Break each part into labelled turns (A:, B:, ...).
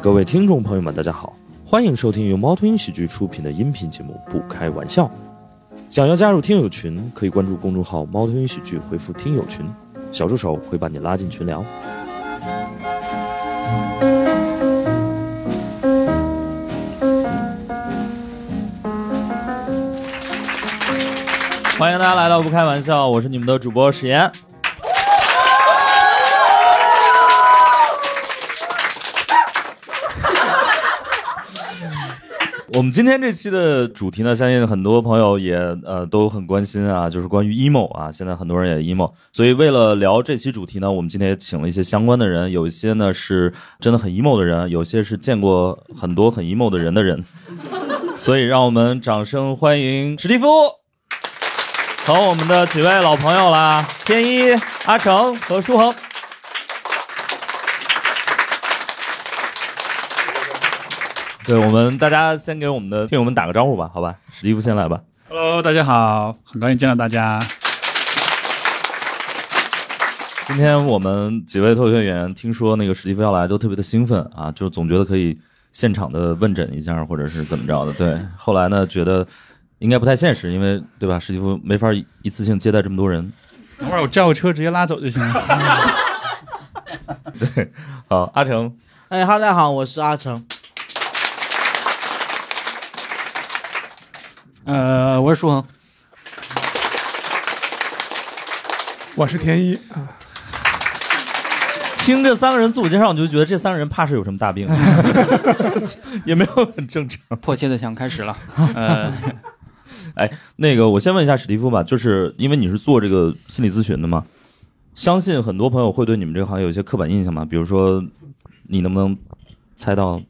A: 各位听众朋友们，大家好，欢迎收听由猫头鹰喜剧出品的音频节目《不开玩笑》。想要加入听友群，可以关注公众号“猫头鹰喜剧”，回复“听友群”，小助手会把你拉进群聊。
B: 欢迎大家来到不开玩笑，我是你们的主播史岩。我们今天这期的主题呢，相信很多朋友也呃都很关心啊，就是关于 emo 啊，现在很多人也 emo，所以为了聊这期主题呢，我们今天也请了一些相关的人，有一些呢是真的很 emo 的人，有些是见过很多很 emo 的人的人， 所以让我们掌声欢迎史蒂夫。和我们的几位老朋友啦，天一、阿成和舒恒。对我们，大家先给我们的听友们打个招呼吧，好吧？史蒂夫先来吧。
C: Hello，大家好，很高兴见到大家。
B: 今天我们几位脱口秀演员听说那个史蒂夫要来，都特别的兴奋啊，就总觉得可以现场的问诊一下，或者是怎么着的。对，后来呢，觉得应该不太现实，因为对吧，史蒂夫没法一次性接待这么多人，
C: 等会儿我叫个车直接拉走就行了。
B: 好，阿成，
D: 哎哈喽，大家好，我是阿成。
C: 呃，我是舒恒，
E: 我是天一啊，
B: 听这三个人自我介绍，你就觉得这三个人怕是有什 么大病，也没有很正常。
F: 迫切的想 开始了。呃，
B: 哎那个，我先问一下史蒂夫吧，就是因为你是做这个心理咨询的嘛，相信很多朋友会对你们这个行业有一些刻板印象吧，比如说，你能不能猜到？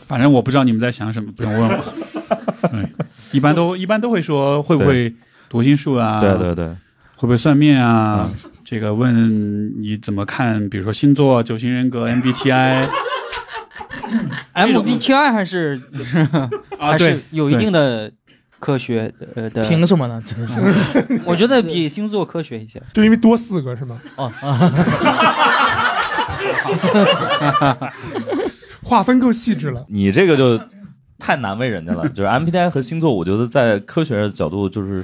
C: 反正我不知道你们在想什么，不用问 我。嗯，一般都一般都会说会不会读心术啊？
B: 对，嗯对对，
C: 会不会算命啊？这个问你怎么看？比如说星座、九型人格、MBTI
F: 哎 MBTI 还是
C: 啊，
F: 还
C: 对
F: 是，有一定的科学呃的，
D: 凭什么呢？真是
F: 我觉得比星座科学一些。
E: 就因为多四个是吗？
D: 哦啊，
E: 划分更细致了。
B: 你这个就太难为人家了。 就是 MBTI 和星座，我觉得在科学的角度就是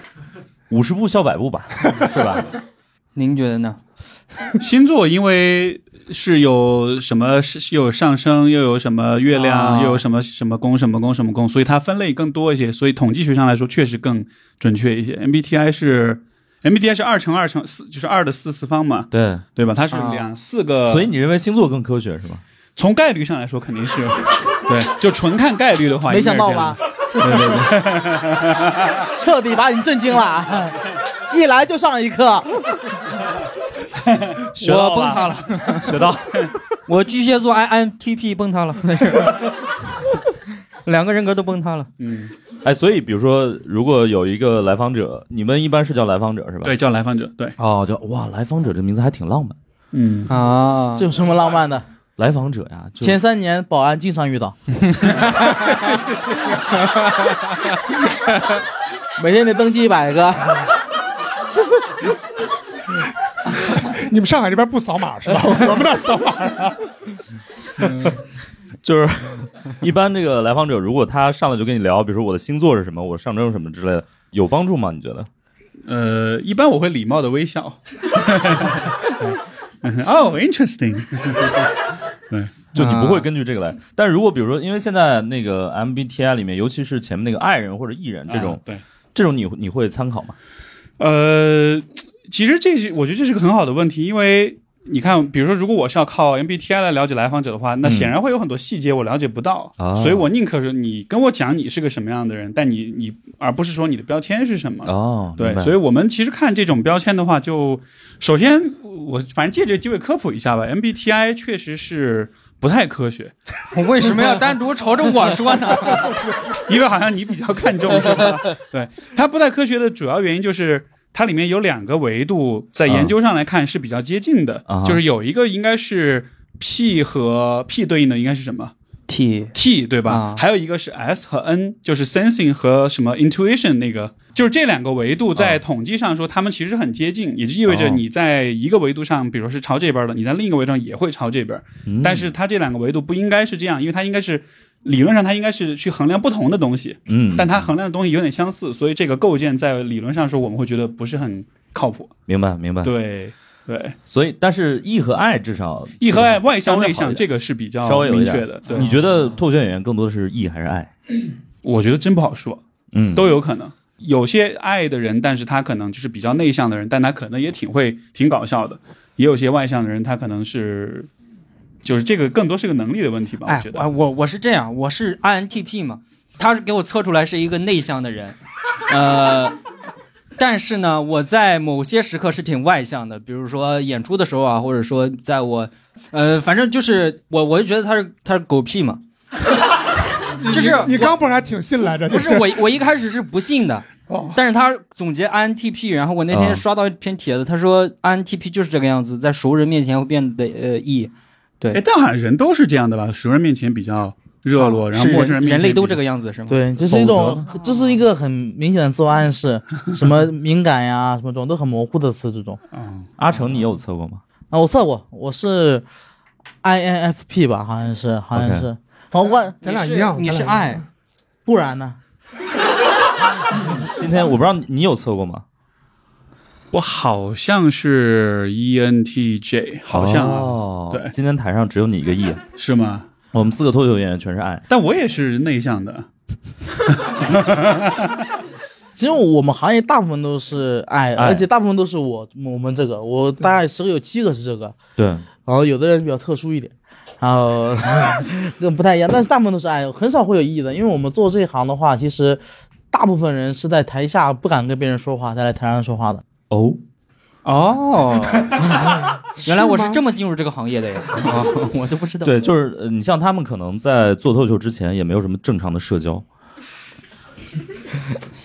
B: 五十步笑百步吧， 是吧？
F: 您觉得呢？
C: 星座因为。是有什么是是有上升，又有什么月亮，
F: 啊
C: 又有什么什么宫，什么宫，什么宫，所以它分类更多一些，所以统计学上来说确实更准确一些。MBTI 是 MBTI 是二乘二乘四，就是二的四次方嘛，
B: 对，
C: 对吧？它是
F: 啊
C: 两、四个，
B: 所以你认为星座更科学是吗？
C: 从概率上来说肯定 是，对，就纯看概率的话，
D: 没想到
C: 应该
D: 吧
C: 是？这样的？对对对，
D: 彻底把你震惊了， 一来就上一课。
B: 学到
F: 我崩塌了，
B: 了，学到了。
F: 我巨蟹座 INTP 崩塌了，那是两个人格都崩塌了。
C: 嗯，
B: 哎，所以比如说，如果有一个来访者，你们一般是叫来访者是吧？
C: 对，叫来访者，对，
B: 哦，叫哇，来访者这名字还挺浪漫。
C: 嗯，
F: 啊，
D: 这有什么浪漫的？
B: 来访者呀，就
D: 前三年保安经常遇到， 每天得登记一百个。
E: 你们上海这边不扫码 是吧？我们那儿扫啊码。
F: 嗯
B: 就是一般这个来访者，如果他上来就跟你聊，比如说我的星座是什么，我上升什么之类的，有帮助吗？你觉得？
C: 呃，一般我会礼貌的微笑。 嗯哦、oh,，interesting， 啊
B: 就你不会根据这个来，但如果比如说，因为现在那个 MBTI 里面，尤其是前面那个爱人或者艺人这种，
C: 啊对，
B: 这种你你会参考吗？
C: 呃，其实这是我觉得这是个很好的问题，因为你看，比如说，如果我是要靠 MBTI 来了解来访者的话，那
B: 嗯
C: 显然会有很多细节我了解不到，
B: 啊
C: 所以我宁可是你跟我讲你是个什么样的人，但你你而不是说你的标签是什么。
B: 哦
C: 对，所以我们其实看这种标签的话就，首先我反正借这个机会科普一下吧，MBTI 确实是不太科学，
F: 我 为什么 要单独朝着我说 呢？
C: 因为好像你比较看 重是吧？对，它不太科学的主要原因就是。它里面有两个维度，在研
F: 啊
C: 究上来看是比较接近的，
B: 啊
C: 就是有一个应该是 P 和 P 对应的应该是什么
F: T
C: T 对吧？
F: 啊
C: 还有一个是 S 和 N，就是 sensing 和什么 intuition 那个，就是这两个维度
F: 啊
C: 在统计上说，它们其实很接近，也就意味着
B: 哦
C: 你在一个维度上，比如说是朝这边的，你在另一个维度上也会朝这边，
F: 嗯
C: 但是它这两个维度不应该是这样，因为它应该是理论上它应该是去衡量不同的东西，
B: 嗯，
C: 但它衡量的东西有点相似，所以这个构建在理论上说我们会觉得不是很靠谱。
B: 明白明白。，
C: 对对
B: 所以但是 E 和 I 至少
C: ，E 和 I 外向
B: 稍微
C: 内
B: 好
C: 向
B: 一点
C: 这个是比较
B: 稍微有一
C: 明
B: 点
C: 确的，对，
B: 你觉得脱口秀演员更多的是 E 还是 I？
C: 我觉得真不好说。
B: 嗯，
C: 都有可能。有些爱的人，但是他可能就是比较内向的人，但他可能也挺会挺搞笑的；也有些外向的人，他可能是，就是这个更多是个能力的问题吧。啊我
F: 哎
C: 觉，得、
F: 我我我是这样，我是 INTP 嘛，他是给我测出来是一个内向的人，呃，但是呢，我在某些时刻是挺外向的，比如说演出的时候啊，或者说在我，呃，反正就是我我就觉得他是他是狗屁 嘛，就是
E: 你你刚不是还挺信来着？
F: 不是我我一开始是不 信的
E: 哦。
F: 但是他总结 INTP，然后我那天
C: 哦
B: 嗯
F: 刷到一篇帖子，他说 INTP 就是这个样子，在熟人面前会变得呃 E，
C: 哎，但好像人都是这样的吧？熟人面前比较热络，然后
F: 是
C: 陌生人面前
F: 人类都这
C: 个。
F: 个样子是吗？
D: 对，嗯这是一种，这是一个很明显的自我暗 示，什么敏感呀，什么这种都很模糊的词，这种。
C: 嗯，
B: 阿成，你有测过吗？
D: 啊，我测过，我是 INFP 吧，好像是，
F: 嗯
D: 好像是。好，我
E: 咱俩一样，
F: 你是
E: 咱俩一样
F: 爱，
D: 不然呢？
B: 今天我不知道你你有测过吗？
C: 我好像是 E ENTJ，好像、啊
B: 哦
C: 对
B: 今天台上只有你一个 E，
C: 是吗？
B: 我们四个脱口秀演员全是 I。
C: 但我也是内向的。
D: 其实我们行业大部分都是爱，
B: 爱
D: 而且大部分都是我我们这个，我大概十个有七个是这个，
B: 对，
D: 然后有的人比较特殊一点，然后 跟不太一样，但是大部分都是爱，很少会有异议的，因为我们做这一行的话，其实大部分人是在台下不敢跟别人说话，才来台上说话的。
B: 哦，
F: 哦， 原来我是这么进入这个行业的呀！ 啊，我都不知道。
B: 对， 就是呃你像他们可能在做脱口秀之前也没有什么正常的社交，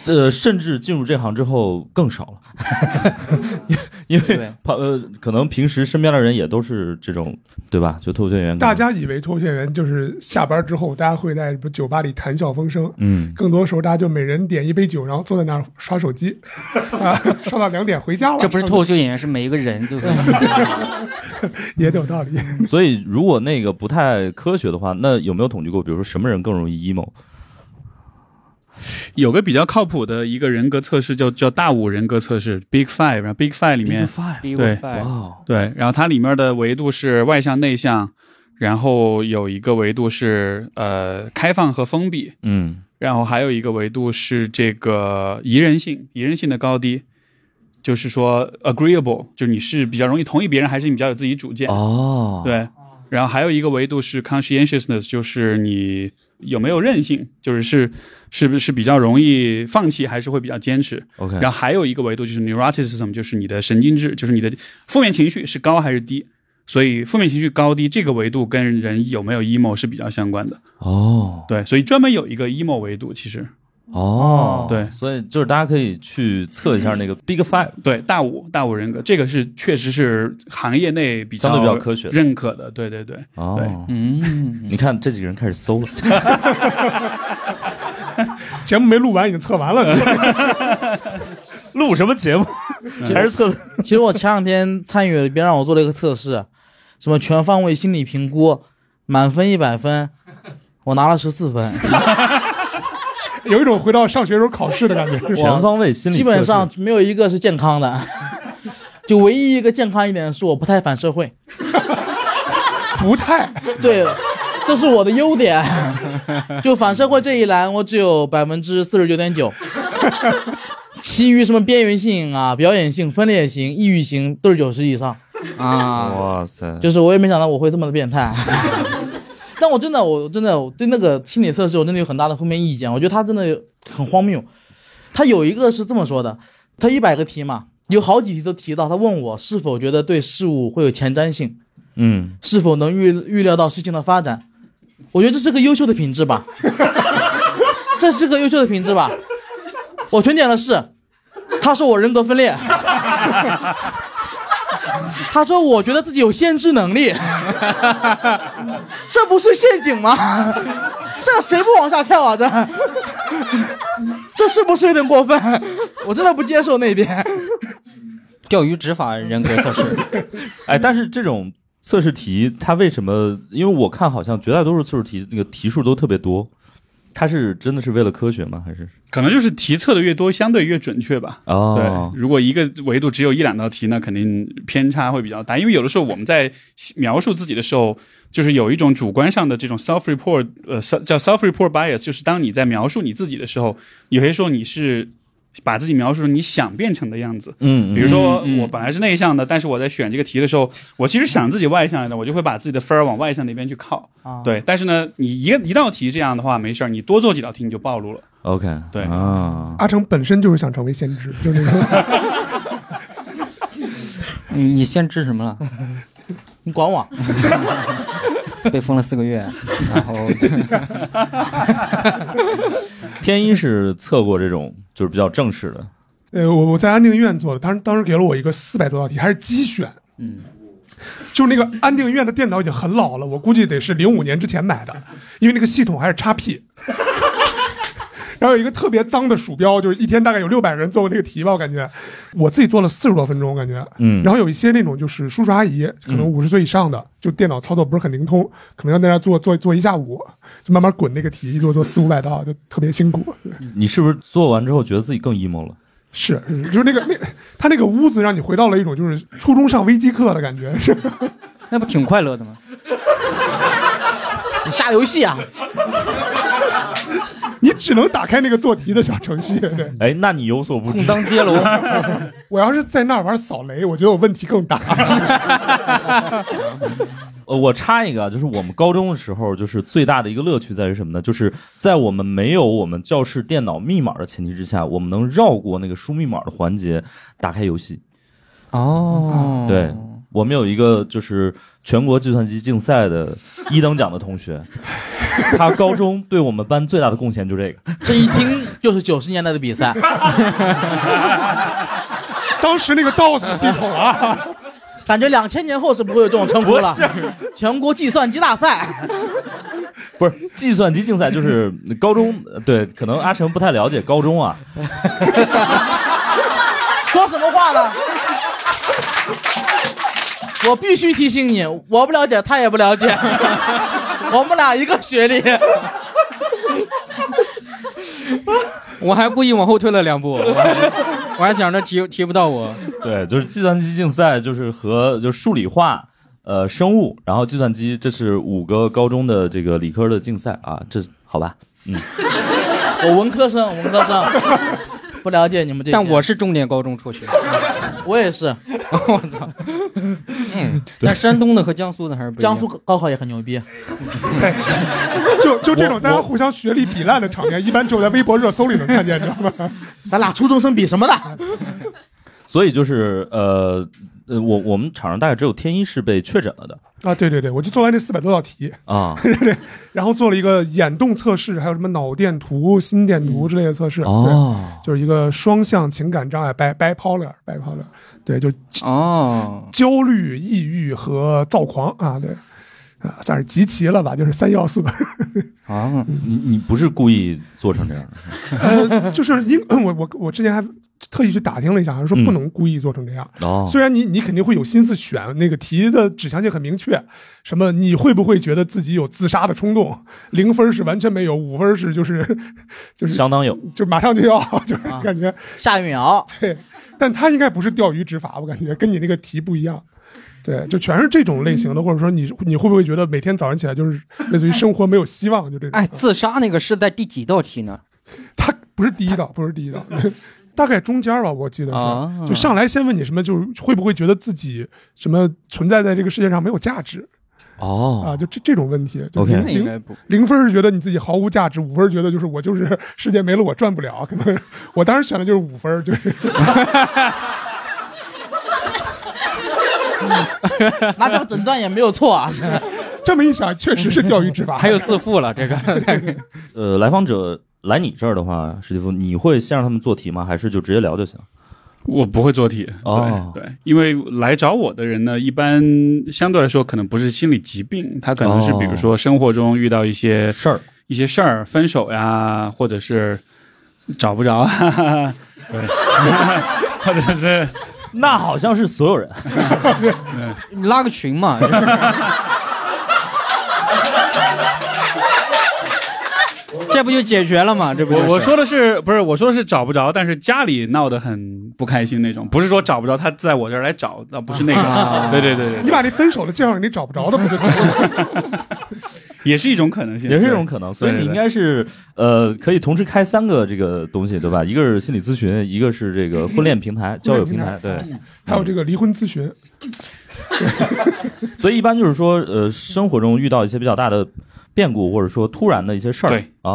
B: 呃，甚至进入这行之后更少了， 因为因为
F: 对
B: 怕呃，可能平时身边的人也都是这种，对吧？就脱口秀演员，
E: 大，家以为脱口秀演员就是下班之后，大家会在什么酒吧里谈笑风生。
B: 嗯，
E: 更多时候，大家就每人点一杯酒，然后坐在那儿刷手 机，啊，刷到两点回家了。
F: 这不是
E: 刷
F: 脱口秀演员，是每一个人，对不 对？
E: 也有道理。
B: 所以如果那个不太科学的话，那有没有统计过，比如说什么人更容易 emo？
C: 有个比较靠谱的一个人格测试叫叫大五人格测试 （Big Five），然后 Big Five 里面
F: 比
C: 对
F: 我快
B: 哇哦，
C: 对，然后它里面的维度是外向内向，然后有一个维度是呃开放和封闭，
B: 嗯，
C: 然后还有一个维度是这个宜人性，宜人性的高低，就是说 agreeable，就是你是比较容易同意别人，还是你比较有自己主见？
B: 哦，，
C: 对，然后还有一个维度是 conscientiousness，就是你有没有韧性，就是是是不是比较容易放弃，还是会比较坚持？
B: OK，
C: 然后还有一个维度就是 neuroticism，就是你的神经质，就是你的负面情绪是高还是低。所以负面情绪高低这个维度跟人有没有 emo 是比较相关的。
B: 哦
C: 对，所以专门有一个 emo 维度，其实
B: 哦，
C: 对嗯
B: 所以就是大家可以去测一下那个 Big Five，
C: 对大五大五人格这个是确实是行业内比较
B: 相对比较科学的
C: 认可的。对对对，
B: 哦，
F: 嗯，
B: 你看这几个人开始 搜了。
E: 节目没录完，已经测完 了。
B: 录什么节目？
E: 嗯
B: 还是测
D: 其实我前两天参与别人让我做了一个测试，什么全方位心理评估，满分一百分，我拿了十四分，
E: 有一种回到上学时候考试的感觉。
B: 全方位心理测试？
D: 基本上没有一个是健康的， 就唯一一个健康一点的是我不太反社会，
E: 不太
D: 对，这是我的优点。就反社会这一栏，我只有百分之四十九点九，其余什么边缘性啊、表演性、分裂型、抑郁型都是九十以上。
F: 啊，
B: 哇塞，
D: 就是我也没想到我会这么的变态。 但我真的，我真的我对那个心理测试，我真的有很大的负面意见。我觉得他真的很荒谬。他有一个是这么说的：他一百个题嘛，有好几题都提到，他问我是否觉得对事物会有前瞻性，
B: 嗯，
D: 是否能预预料到事情的发展。我觉得这是个优秀的品质吧，这是个优秀的品质吧。我全点了是，他说我人格分裂，他说我觉得自己有先知能力，这不是陷阱吗？这谁不往下跳啊？这，这是不是有点过分？我真的不接受那一点。
F: 钓鱼执法人格测试，
B: 哎，但是这种测试题，它为什么？因为我看好像绝大多数测试题那个题数都特别多，它是真的是为了科学吗？还是
C: 可能就是题测的越多，相对越准确吧。
B: 哦
C: 对，，如果一个维度只有一两道题，那肯定偏差会比较大。因为有的时候我们在描述自己的时候，就是有一种主观上的这种 self report，呃，self- 叫 self report bias，就是当你在描述你自己的时候，有些时候你是把自己描述成你想变成的样子。
B: 嗯
C: 比如说，我本来是内向的，但是我在选这个题的时候，我其实想自己外向的，我就会把自己的分儿往外向那边去靠。
D: 啊
C: 对，但是呢，你一个一道题这样的话没事儿，你多做几道题你就暴露了。
B: ，OK，
C: 对
B: 啊，
E: 阿成本身就是想成为先知，就是那种
F: 你你先知什么 了？
D: 你管我？
F: 被封了四个月，然后
B: 天一是测过这种就是比较正式的，
E: 呃，我我在安定医院做的，当时当时给了我一个四百多道题，还是机选，
C: 嗯，
E: 就是那个安定医院的电脑已经很老了，我估计得是零五年之前买的，因为那个系统还是 x P。然后有一个特别脏的鼠标，就是一天大概有六百人做过那个题吧，我感觉，我自己做了四十多分钟，我感觉，
B: 嗯，
E: 然后有一些那种就是叔叔阿姨，可能五十岁以上的，就电脑操作不是很灵通，可能要在那儿做做做一下午，就慢慢滚那个题，一做做四五百道，就特别辛苦。
B: 你是不是做完之后觉得自己更 emo 了？
E: 是，是就是那个那他那个屋子让你回到了一种就是初中上微机课的感觉，是
F: 那不挺快乐的吗？
D: 你下游戏啊？
E: 你只能打开那个做题的小程序。对，
B: 哎，那你有所不
F: 空
B: 知，
F: 当接龙，
E: 我要是在那儿玩扫雷，我觉得我问题更大。
B: 呃，我插一个啊，就是我们高中的时候，就是最大的一个乐趣在于什么呢？就是在我们没有我们教室电脑密码的前提之下，我们能绕过那个输密码的环节，打开游戏。
F: 哦
B: 对，我们有一个就是全国计算机竞赛的一等奖的同学，他高中对我们班最大的贡献就这个。
D: 这一听就是九十年代的比赛。
E: 当时那个 DOS 系统啊，
D: 感觉两千年后是不会有这种称呼了。全国计算机大赛，
B: 不是计算机竞赛，就是高中呃对，可能阿成不太了解高中啊，
D: 说什么话呢？我必须提醒你，我不了解，他也不了解，我们俩一个学历。
F: 我还故意往后退了两步，我还我还想着提提不到我，
B: 对，就是计算机竞赛，就是和就是数理化、呃生物，然后计算机，这是五个高中的这个理科的竞赛啊。这好吧，嗯
D: 我文科生，文科生，不了解你们这些。
F: 但我是重点高中辍学。
D: 我也是，
F: 我操！ 嗯，但山东的和江苏的还是不一样
D: 江苏高考也很牛逼。
E: 就就这种
B: 我
E: 大家互相学历比烂的场面，一般只有在微博热搜里能看见，你知道吗？
D: 咱俩初中生比什么的？
B: 所以就是呃呃，我我们场上大概只有天一是被确诊了的
E: 啊，对对对，我就做完这四百多道题，
B: 啊。
E: 然后做了一个眼动测试，还有什么脑电图、心电图之类的测试。对，
B: 嗯哦，
E: 就是一个双向情感障碍 bi bipolar bipolar，对，就是
F: 哦，
E: 焦虑、抑郁和躁狂啊，对，啊，算是集齐了吧，就是三要素。
F: 啊，
B: 你你不是故意做成这样的？
E: 呃，就是因我我我之前还特意去打听了一下，还是说不能故意做成这样。
B: 哦，
E: 虽然你你肯定会有心思选那个题的指向性很明确，什么你会不会觉得自己有自杀的冲动？零分是完全没有，五分是 就是
B: 相当有
E: 就马上就要，就是
D: 啊
E: 感觉、
D: 夏韵瑶，
E: 对，但他应该不是钓鱼执法，我感觉跟你那个题不一样。对，就全是这种类型的，或者说你你会不会觉得每天早上起来就是类似于生活没有希望，就这种？
F: 哎，自杀那个是在第几道题 呢？
E: 他不是第一道，不是第一道， 大概中间吧，我记得是。
F: 啊
E: 就上来先问你什么，就是会不会觉得自己什么存在在这个世界上没有价值啊？
B: 哦
E: 就这这种问题。就
B: OK
E: 零
F: 那应
E: 零
F: 该不。
E: 零分是觉得你自己毫无价值，五分觉得就是我就是 世界没了我赚不了。可能我当时选的就是五分， 就是
D: 那这个诊断也没有错 啊。
E: 这么一想，确实是钓鱼执法。
F: 还有自负了，这个
B: 呃，来访者来你这儿的话，史蒂夫，你会先让他们做题吗？还是就直接聊就行？
C: 我不会做题，
B: 哦
C: 对对，因为来找我的人呢，一般相对来说可能不是心理疾病，他可能是
B: 哦
C: 比如说生活中遇到一些、
B: 事儿，
C: 一些事儿，分手呀，或者是找不着啊，对，或者是
B: 那 好像是所有人。
F: 你拉个群嘛，就是这不就解决了吗？这不就
C: 我
F: 是
C: 我说的是不是我说的是找不着，但是家里闹得很不开心那种，不是说找不着他在我这儿来找，倒不是那 个，对对对对
E: 你
C: 对，
E: 把那分手的介绍给你找不着的不就行了？
C: 也是一种可能性，
B: 也是一
C: 对
B: 种可能，所以
C: 对
B: 你
C: 对
B: 应该是呃，可以同时开三个这个东西，对吧？一个是心理咨询，一个是这个婚恋平台、交友 平台，对。
E: 还有这个离婚咨询，
B: 所以一般就是说，呃，生活中遇到一些比较大的变故，或者说突然的一些事儿，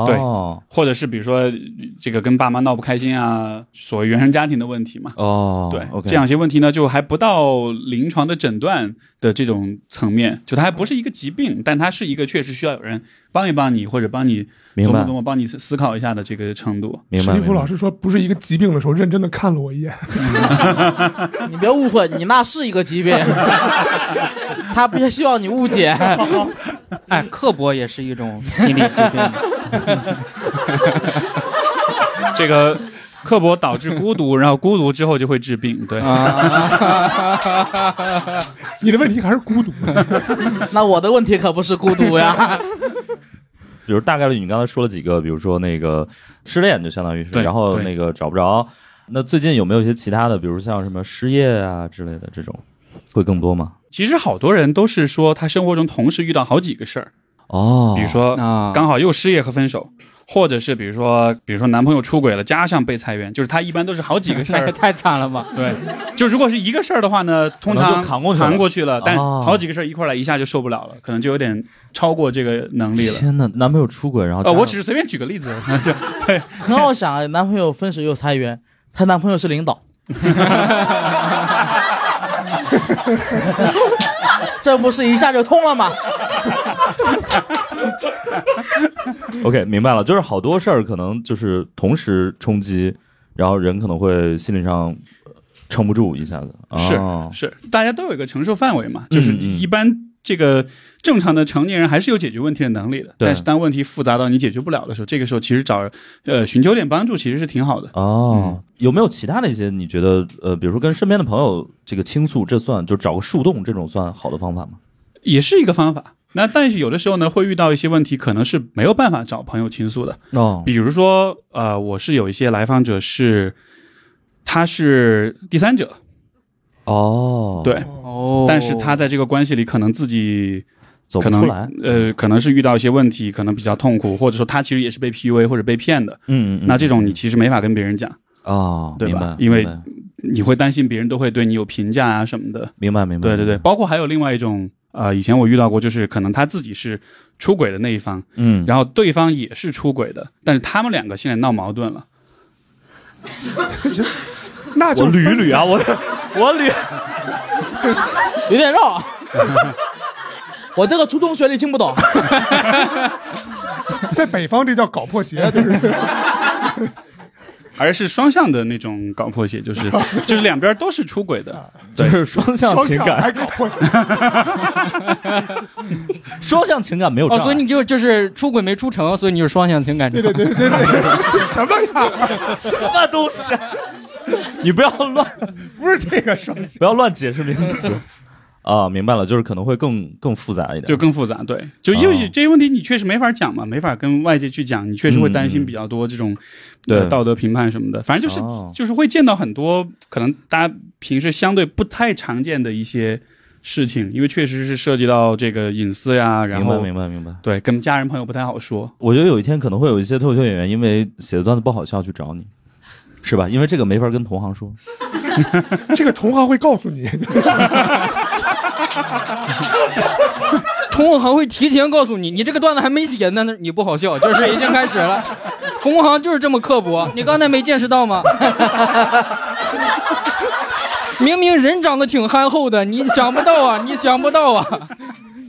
C: 对
B: 哦
C: 或者是比如说呃这个跟爸妈闹不开心啊，所谓原生家庭的问题嘛。
B: 哦，
C: 对
B: ，OK，
C: 这样一些问题呢，就还不到临床的诊断的这种层面，就它还不是一个疾病，但它是一个确实需要有人帮一帮你，或者帮你
B: 明
C: 琢磨
B: 白
C: 琢，磨，帮你思考一下的这个程度。
B: 明
E: 史
B: 白。
E: 蒂夫
B: 明白
E: 老师说不是一个疾病的时候，认真的看了我一眼。
D: 你别误会，你那是一个疾病，他别希望你误解。
F: 哎，刻薄也是一种心理疾病。
C: 这个刻薄导致孤独，然后孤独之后就会治病。对，
B: 啊
E: 你的问题还是孤独，
D: 那我的问题可不是孤独 呀，
B: 比如大概率你刚才说了几个，比如说那个失恋，就相当于是，
C: 对
B: 然后
C: 对
B: 那个找不着。那最近有没有一些其他的，比如 像什么失业啊之类的这种，会更多吗？
C: 其实好多人都是说他生活中同时遇到好几个事儿，
B: 哦，
C: 比如说
F: 啊，
C: 刚好又失业和分手。或者是比如说，比如说男朋友出轨了，加上被裁员，就是他一般都是好几个事
F: 那
C: 儿
F: 也太惨了吧！
C: 对，就如果是一个事儿的话呢，通
B: 可能
C: 常
B: 就扛过去了
C: 了，但
B: 哦
C: 好几个事儿一块儿来，一下就受不了了，可能就有点超过这个能力了。
B: 天哪，啊男朋友出轨，然后
C: 呃，我只
B: 只
C: 是随便举个例子， 就对，
D: 很好想，啊男朋友分手又裁员，她男朋友是领导，这不是一下就通了吗？
E: 哦
B: OK 明白了，就是好多事儿可能就是同时冲击，然后人可能会心理上呃撑不住一下子。哦、
C: 是是，大家都有一个承受范围嘛，就是
B: 嗯嗯
C: 一般这个正常的成年人还是有解决问题的能力的，
B: 对
C: 但是当问题复杂到你解决不了的时候，这个时候其实找呃寻求点帮助其实是挺好的。嗯
B: 哦，有没有其他的一些你觉得呃，比如说跟身边的朋友这个倾诉，这算就找个树洞这种算好的方法吗？
C: 也是一个方法。那但是有的时候呢，会遇到一些问题，可能是没有办法找朋友倾诉的。
B: 哦，
C: 比如说，呃，我是有一些来访者是，他是第三者，
B: 哦，
C: 对，
F: 哦
C: 但是他在这个关系里可能自己
B: 走
C: 可
B: 不
C: 能
B: 出来。
C: 呃，可能是遇到一些问题，可能比较痛苦，或者说他其实也是被 PUA 或者被骗的。
B: 嗯嗯嗯，
C: 那这种你其实没法跟别人讲，
B: 哦，
C: 对吧
B: 明白
C: 因为
B: 明白
C: 你会担心别人都会对你有评价啊什么的。
B: 明白明白，
C: 对对对，，包括还有另外一种，呃，以前我遇到过，就是可能他自己是出轨的那一方，
B: 嗯，
C: 然后对方也是出轨的，但是他们两个现在闹矛盾了。
E: 那就
B: 我捋一
E: 分
B: 捋啊，我我 捋，
D: 有点绕。 我这个初中学历听不懂，
E: 在北方这叫搞破鞋，就是
C: 而是双向的那种搞破鞋，就是 就是两边都是出轨的，
B: 就是双向
E: 双
B: 情
E: 向
B: 感，
E: 还 搞破鞋，
B: 双向情感没有
F: 哦，
B: 障碍，
F: 所以你就就是出轨没出成，所以你就是双向情感。
E: 对对对对对，什么 呀？
B: 什么 东西啊，你不要乱
E: 不是这个 双向，
B: 不要乱解释名词啊，明白了，就是可能会更更复杂一点，
C: 就更复杂。对，就因为
B: 哦
C: 这些问题你确实没法讲嘛，没法跟外界去讲，你确实会担心比较多这种
B: 嗯对
C: 呃道德评判什么的。反正就是
B: 哦
C: 就是会见到很多可能大家平时相对不太常见的一些事情，因为确实是涉及到这个隐私呀，然
B: 明白
C: 后
B: 明白明白。
C: 对跟家人朋友不太好说。
B: 我觉得有一天可能会有一些脱口秀演员因为写的段子不好笑去找你，是吧？因为这个没法跟同行 说。
E: 这个同行会告诉你，
F: 同行会提前告诉你，你这个段子还没写呢，那你不好笑，就是已经开始了。同行就是这么刻薄，你刚才没见识到吗？明明人长得挺憨厚的，你想不到啊，你想不到啊！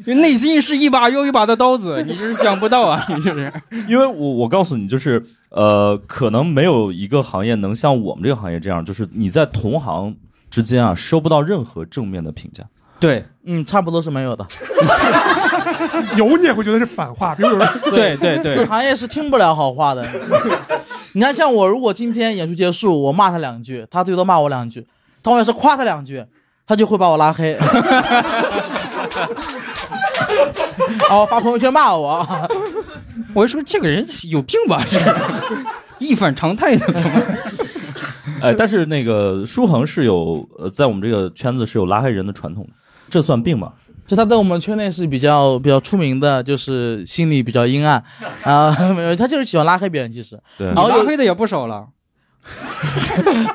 F: 内心是一把又一把的刀子，你就是想不到啊，你就是。
B: 因为我我告诉你，就是呃，可能没有一个行业能像我们这个行业这样，就是你在同行之间啊，收不到任何正面的评价。
F: 对
D: 嗯，差不多是没有的。
E: 有你也会觉得是反话，比如有人
F: 对对
D: 这
F: 对，
D: 行业是听不了好话的。 你看，像我，如果今天演出结束，我骂他两句，他最多骂我两句；他要是夸他两句，他就会把我拉黑。 哦，发朋友圈骂我，
F: 我就说这个人有病吧，这一反常态的，怎么？
B: 哎，但是那个舒恒是有呃，在我们这个圈子是有拉黑人的传统的，这算病吗？
D: 就他在我们圈内是比较比较出名的，就是心理比较阴暗啊、没有，他就是喜欢拉黑别人，其实，
B: 对
D: 然
F: 然
D: 后
F: 后
D: 有
F: 黑的也不 少了。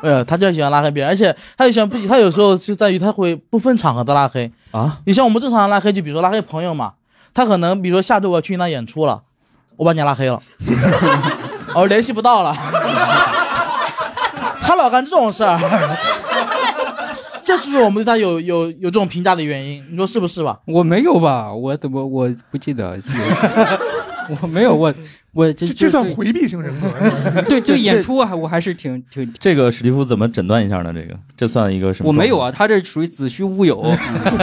D: 呃，他就是喜欢拉黑别人，而且他就喜欢不，他有时候就在于他会不分场合的拉黑。
B: 啊，
D: 你像我们正常的拉黑，就比如说拉黑朋友嘛，他可能比如说下周我要去云南演出了，我把你拉黑 了，哦，联系不到了，他老干这种事儿，这是我们对他有有有这种评价的原因，你说是不是吧？
F: 我没有吧？我怎么我不 记得？我没有，我我这
E: 这这算
F: 对
E: 回避型人格是吧。
F: 对对演出啊，我还是挺挺。
B: 这个史蒂夫怎么诊断一下呢？这个这算一个什么？
F: 我没有，啊，他这属于子虚乌有，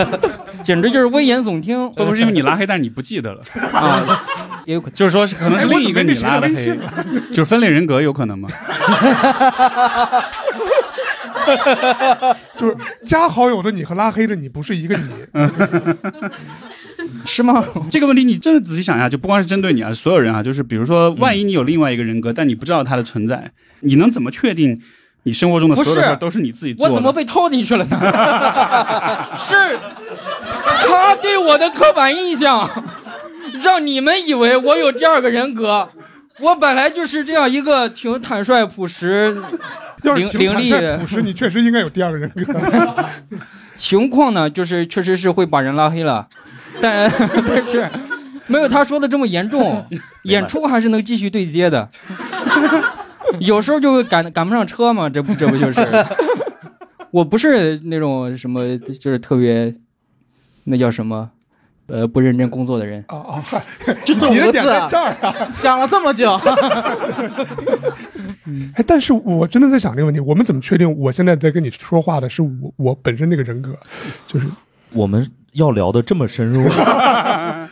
F: 简直就是危言耸听
C: 嗯会不会是因为你拉黑，但是你不记得了？
F: 啊！也有可能。
C: 就是说，是可能
E: 哎
C: 是
E: 我
C: 另一
E: 怎么
C: 个
E: 没
C: 你
E: 给谁
C: 拉
E: 的
C: 的黑，
E: 微信
C: 就
E: 了？
C: 是分裂人格有可能吗？
E: 就是加好友的你和拉黑的你不是一个你。
F: 是吗？
C: 这个问题你真的仔细想一下，就不光是针对你啊，所有人啊，就是比如说，万一你有另外一个人格，但你不知道他的存在，你能怎么确定你生活中的所有的
F: 不
C: 事
F: 是
C: 儿都是你自己做
F: 我
C: 的？
F: 怎么被套进去了呢？ 是他对我的刻板印象，让你们以为我有第二个人格。我本来就是这样一个挺坦率、朴实，
E: 要是
F: 凌
E: 挺
F: 凌
E: 坦
F: 厉
E: 率朴实，你确实应该有第二个人格。
F: 情况呢，就是确实是会把人拉黑了，但 但是没有他说的这么严重，演出还是能继续对接的。有时候就会赶赶不上车嘛，这不这不 就是？我不是那种什么，就是特别那叫什么，呃，不认真工作的人。
E: 哦哦，嗨
D: 就 这五
E: 你的
D: 个
E: 点在
D: 字
E: 这，儿啊！
D: 想了这么久，
E: 哎，但是我真的在想这个问题，我们怎么确定我现在在跟你说话的是我我本身这个人格？就是
B: 我们要聊的这么深 入，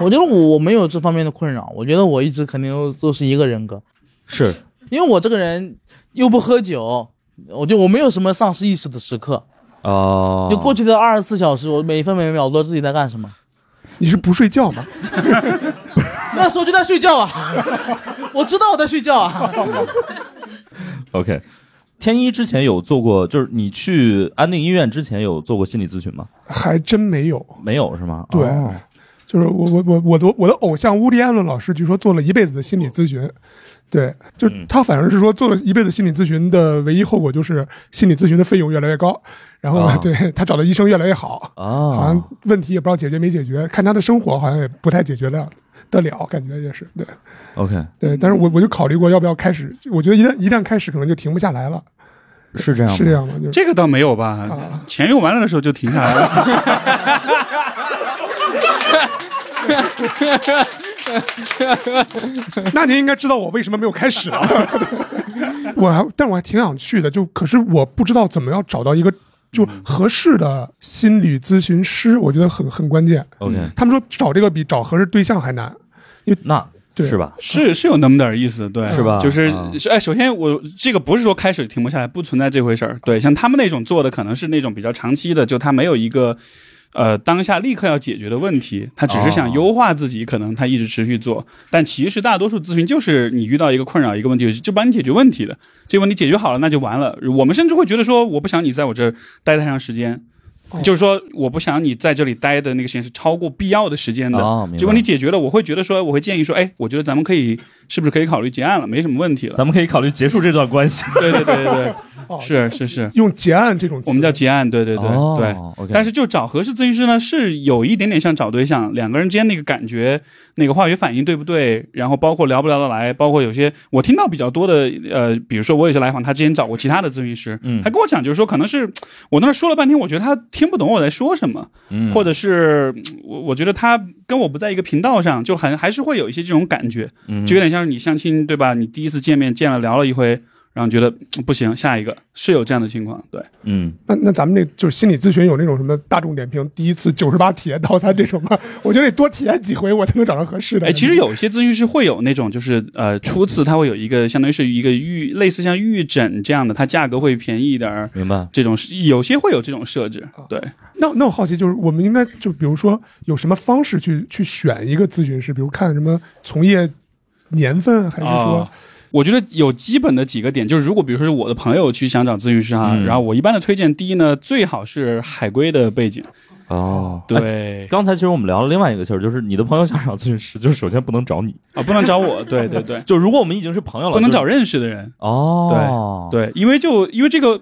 D: 我觉得我我没有这方面的困扰，我觉得我一直肯定都都是一个人格，
B: 是
D: 因为我这个人又不喝酒，我就我没有什么丧失意识的时刻，
E: 哦
B: 啊，
D: 就过去的二十四小时，我每分每秒都知道自己在干什么。
E: 你是不睡觉吗？
D: 那时候就在睡觉啊， 我知道我在睡觉啊。
B: OK。天一之前有做过，就是你去安定医院之前有做过心理咨询吗？
E: 还真没有。
B: 没有是吗？
E: 对
B: 哦
E: 就是我我我我的我的偶像乌迪安伦老师，据说做了一辈子的心理咨询，对，就
B: 嗯
E: 他反而是说做了一辈子心理咨询的唯一后果就是心理咨询的费用越来越高，然后、
B: 啊
E: 对他找的医生越来越好，好
B: 啊
E: 像，问题也不知道解决没解决，看他的生活好像也不太解决了得了，感觉也是对
B: OK，
E: 对，但是我我就考虑过要不要开始，我觉得一旦一旦开始可能就停不下来了，
B: 是这样吗，
E: 是这样吗？就是
C: 这个倒没有吧
E: 啊？
C: 钱用完了的时候就停下来了。
E: 那您应该知道我为什么没有开始啊了。 我还，但我还挺想去的，就可是我不知道怎么样找到一个就
C: 嗯
E: 合适的心理咨询师，我觉得很很关键。
B: OK，
E: 他们说找这个比找合适对象还难。
B: 那
E: 对
B: 是吧？
C: 是是有那么点儿意思，对，
B: 是吧
C: 就是
B: 啊
C: 是哎，首先我这个不是说开始停不下来，不存在这回事儿。对，像他们那种做的可能是那种比较长期的，就他没有一个呃当下立刻要解决的问题，他只是想
B: 哦
C: 优化自己，可能他一直持续做。但其实大多数咨询就是你遇到一个困扰一个问题，就帮你解决问题的。这个问题解决好了，那就完了。我们甚至会觉得说，我不想你在我这儿待太长时间。就是说，我不想你在这里待的那个时间是超过必要的时间的，
B: 哦，明
C: 这
B: 白
C: 问题解决了，我会觉得说，我会建议说，哎，我觉得咱们可以，是不是可以考虑结案了？没什么问题了。
B: 咱们可以考虑结束这段关系。
C: 对对对对对，哦是是是，
E: 用结案这种词，
C: 我们叫结案，对对对、
B: 哦
C: 对。
B: OK
C: 但是就找合适咨询师呢，是有一点点像找对象，两个人之间那个感觉、那个化学反应对不对，然后包括聊不聊得来，包括有些我听到比较多的，呃，比如说我有些来访，他之前找过其他的咨询师，
B: 嗯
C: 他跟我讲就是说，可能是我那儿说了半天，我觉得他听不懂我在说什么，
B: 嗯
C: 或者是我我觉得他跟我不在一个频道上，就很还是会有一些这种感觉，
B: 嗯
C: 就有点像是你相亲对吧？你第一次见面见了聊了一回。然后觉得嗯不行，下一个是有这样的情况，对。
B: 嗯
E: 那那咱们那就是心理咨询有那种什么大众点评第一次九十八体验套餐这种吗？ 我觉得得多体验几回，我才能找到合适的。
C: 哎，其实有一些咨询师会有那种，就是呃，初次他会有一个相当于是一个预类似像预诊这样的，它价格会便宜一点儿。
B: 明白。
C: 这种是有些会有这种设置，对，
E: 那那我好奇就是，我们应该就比如说有什么方式去去选一个咨询师，比如看什么从业年份，还是说
C: 啊我觉得有基本的几个点，就是如果比如说是我的朋友去想找咨询师哈，
B: 嗯
C: 然后我一般的推荐，第一呢，最好是海归的背景，
B: 哦，哎。
C: 对
B: 刚才其实我们聊了另外一个事儿，就是你的朋友想找咨询师，就是首先不能找你，
C: 啊，不能找我，对对对，
B: 就如果我们已经是朋友了，
C: 不能
B: 就
C: 找认识的人，
B: 哦，
C: 对，因为就因为这个，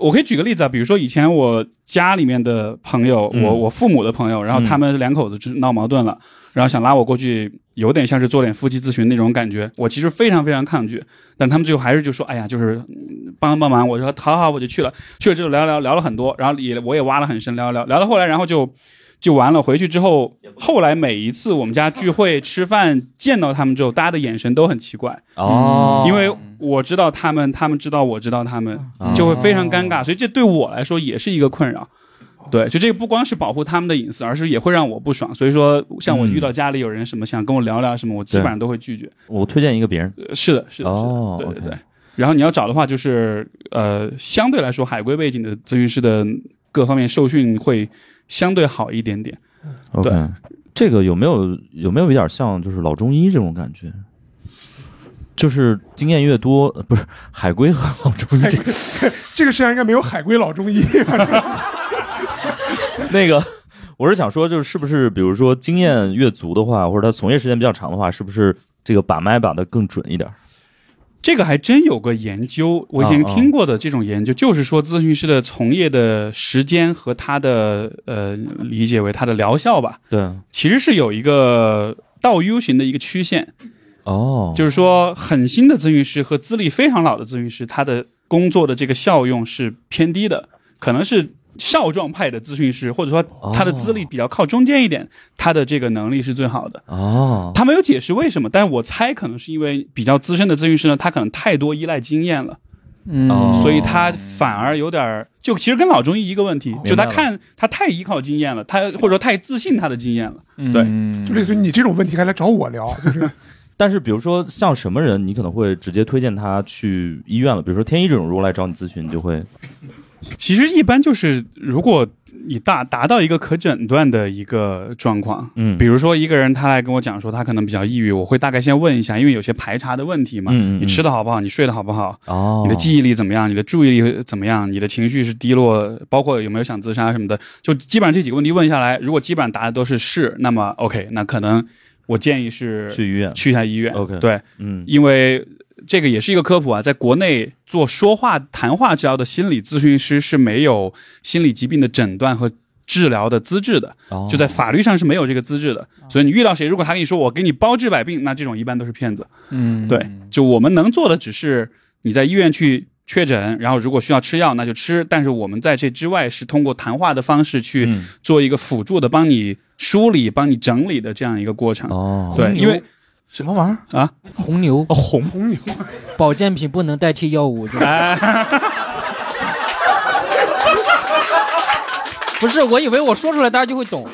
C: 我可以举个例子啊，比如说以前我家里面的朋友，
B: 嗯
C: 我我父母的朋友，然后
B: 嗯
C: 他们两口子就闹矛盾了，然后想拉我过去，有点像是做点夫妻咨询那种感觉。我其实非常非常抗拒，但他们最后还是就说：“哎呀，就是嗯帮帮忙。”我说：“好好，我就去了。”去了之后聊聊聊了很多，然后也我也挖了很深，聊聊聊到后来，然后就。就完了。回去之后，后来每一次我们家聚会、吃饭，见到他们之后，大家的眼神都很奇怪。嗯
B: 哦，
C: 因为我知道他们，他们知道我知道他们
B: 啊，
C: 就会非常尴尬，所以这对我来说也是一个困扰。对，就这个不光是保护他们的隐私，而是也会让我不爽。所以说，像我
B: 嗯
C: 遇到家里有人什么想跟我聊聊什么，我基本上都会拒绝。
B: 我推荐一个别人，
C: 呃是的，是的，是
B: 哦
C: 的，对对
B: OK
C: 对。然后你要找的话，就是呃，相对来说，海归背景的咨询师的各方面受训会相对好一点点。
B: OK，这个有没有有没有一点像就是老中医这种感觉？就是经验越多，呃不是海归和老中医 这个
E: 这个世界上应该没有海归老中医？
B: 那个，我是想说，就是是不是比如说经验越足的话，或者他从业时间比较长的话，是不是这个把脉把的更准一点？
C: 这个还真有个研究，我以前听过的这种研究，就是说咨询师的从业的时间和他的呃理解为他的疗效吧，
B: 对，
C: 其实是有一个倒 U 型的一个曲线，
B: 哦，
C: 就是说很新的咨询师和资历非常老的咨询师，他的工作的这个效用是偏低的，可能是。少壮派的咨询师，或者说他的资历比较靠中间一点，他的这个能力是最好的。
B: 哦，
C: 他没有解释为什么，但是我猜可能是因为比较资深的咨询师呢，他可能太多依赖经验了，
D: 嗯
B: 哦
C: 所以他反而有点儿，就其实跟老中医一个问题，就他
B: 明白了
C: 看他太依靠经验了，他或者说太自信他的经验了。对
G: 对
E: 就类似于你这种问题还来找我聊，就是
B: 但是比如说像什么人，你可能会直接推荐他去医院了，比如说天一这种，如果来找你咨询，你就会
C: 其实一般就是如果你大达到一个可诊断的一个状况。
B: 嗯，
C: 比如说，一个人他来跟我讲说他可能比较抑郁，我会大概先问一下，因为有些排查的问题嘛，
B: 嗯嗯嗯
C: 你吃的好不好，你睡得好不好，
B: 哦，
C: 你的记忆力怎么样？你的注意力怎么样？你的情绪是低落，包括有没有想自杀什么的，就基本上这几个问题问下来，如果基本上答的都是是，那么 OK，那可能我建议是
B: 去医院，
C: 去一下医院。
B: OK
C: 对，
B: 嗯，
C: 因为这个也是一个科普啊，在国内做说话谈话治疗的心理咨询师是没有心理疾病的诊断和。治疗的资质的，
B: 哦
C: 就在法律上是没有这个资质的，所以你遇到谁，如果他跟你说我给你包治百病，那这种一般都是骗子。
G: 嗯，
C: 对，就我们能做的只是你在医院去确诊，然后如果需要吃药那就吃，但是我们在这之外是通过谈话的方式去
B: 嗯
C: 做一个辅助的，帮你梳理、帮你整理的这样一个过程。
B: 哦，
C: 对，因为
F: 什么玩意儿哦
C: 啊？
F: 红牛
B: 红
E: 红牛，
F: 保健品不能代替药物。对吧 不是，我以为我说出来大家就会懂，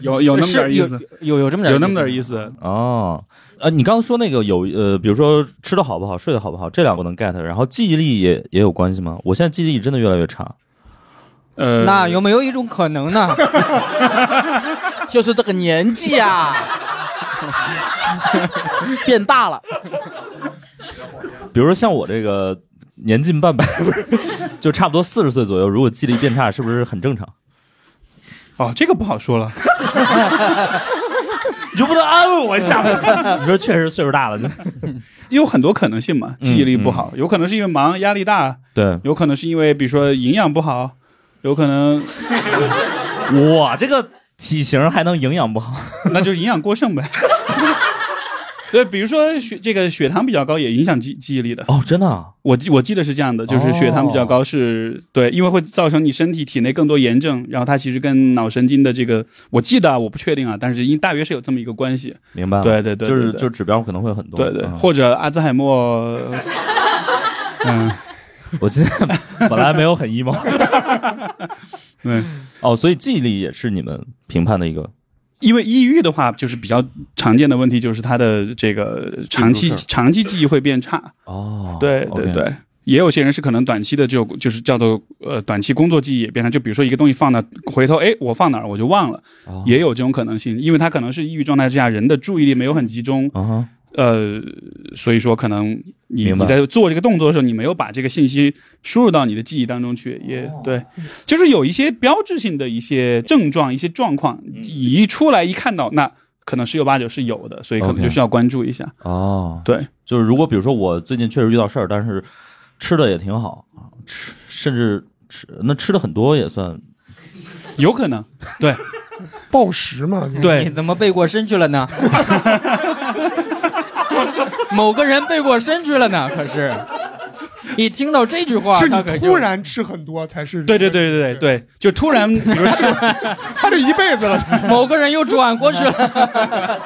C: 有有那么点
F: 是
C: 意
F: 有
C: 思，
F: 有有这么点
C: 有那么点
F: 思
C: 意思。
B: 哦，呃，你刚刚说那个有呃，比如说吃的好不好，睡得好不好，这两个能 get，然后记忆力也也有关系吗？我现在记忆力真的越来越差。
C: 呃，
F: 那有没有一种可能呢？
D: 就是这个年纪 啊，变大了。
B: 比如说像我这个年近半百， 不是，就差不多四十岁左右，如果记忆力变差，是不是很正常？
C: 哦，这个不好说了。
B: 你就不能安慰我一下吗？ 你说确实岁数大了，就嗯
C: 也 有很多可能性嘛，记忆力不好，有可能是因为忙、压力大，
B: 对
C: 有可能是因为比如说营养不好，有可能
B: 我这个体型还能营养不好？
C: 那就是营养过剩呗。 对，比如说血这个血糖比较高也影响记记忆力的。
B: 哦，真的、啊？
C: 我记我记得是这样的，就是血糖比
B: 哦
C: 较高是、对，因为会造成你身体体内更多炎症，然后它其实跟脑神经的这个，我记得啊，我不确定啊，但是因大约是有这么一个关系。
B: 明白了。
C: 对对对
B: 就是
C: 对对
B: 就指标可能会很多。
C: 对对，
B: 嗯
C: 或者阿兹海默，嗯，
B: 我今天 本来没有很 emo。
C: 对，
B: 哦，所以记忆力也是你们评判的一个
C: 因为抑郁的话，就是比较常见的问题，就是他的这个长期
B: 记不住事
C: 长期记忆会变差。
B: 哦
C: 对对对。也有些人是可能短期的这种，就是叫做呃短期工作记忆也变差，就比如说一个东西放那，回头哎我放哪儿我就忘了，
B: 哦
C: 也有这种可能性，因为他可能是抑郁状态之下人的注意力没有很集中，
B: 啊哈，
C: 呃，所以说可能你
B: 明白
C: 你在做这个动作的时候，你没有把这个信息输入到你的记忆当中去，
B: 哦
C: 也对，就是有一些标志性的一些症状、一些状况，
B: 嗯
C: 一出来一看到，那可能十有八九是有的，所以可能
B: OK
C: 就需要关注一下。
B: 哦，
C: 对，
B: 就是如果比如说我最近确实遇到事儿，但是吃的也挺好啊，吃甚至吃那吃的很多也算
C: 有可能，对
E: 暴食 嘛，你
F: 你
C: 对，
F: 怎么背过身去了呢？ 某个人背过身去了呢，可是一听到这句话，
E: 是
F: 他
E: 你
F: 可就
E: 突然吃很多才是
C: 对对对对对对，就突然，比如 是，
E: 他这一辈子了，
F: 某个人又转过去了。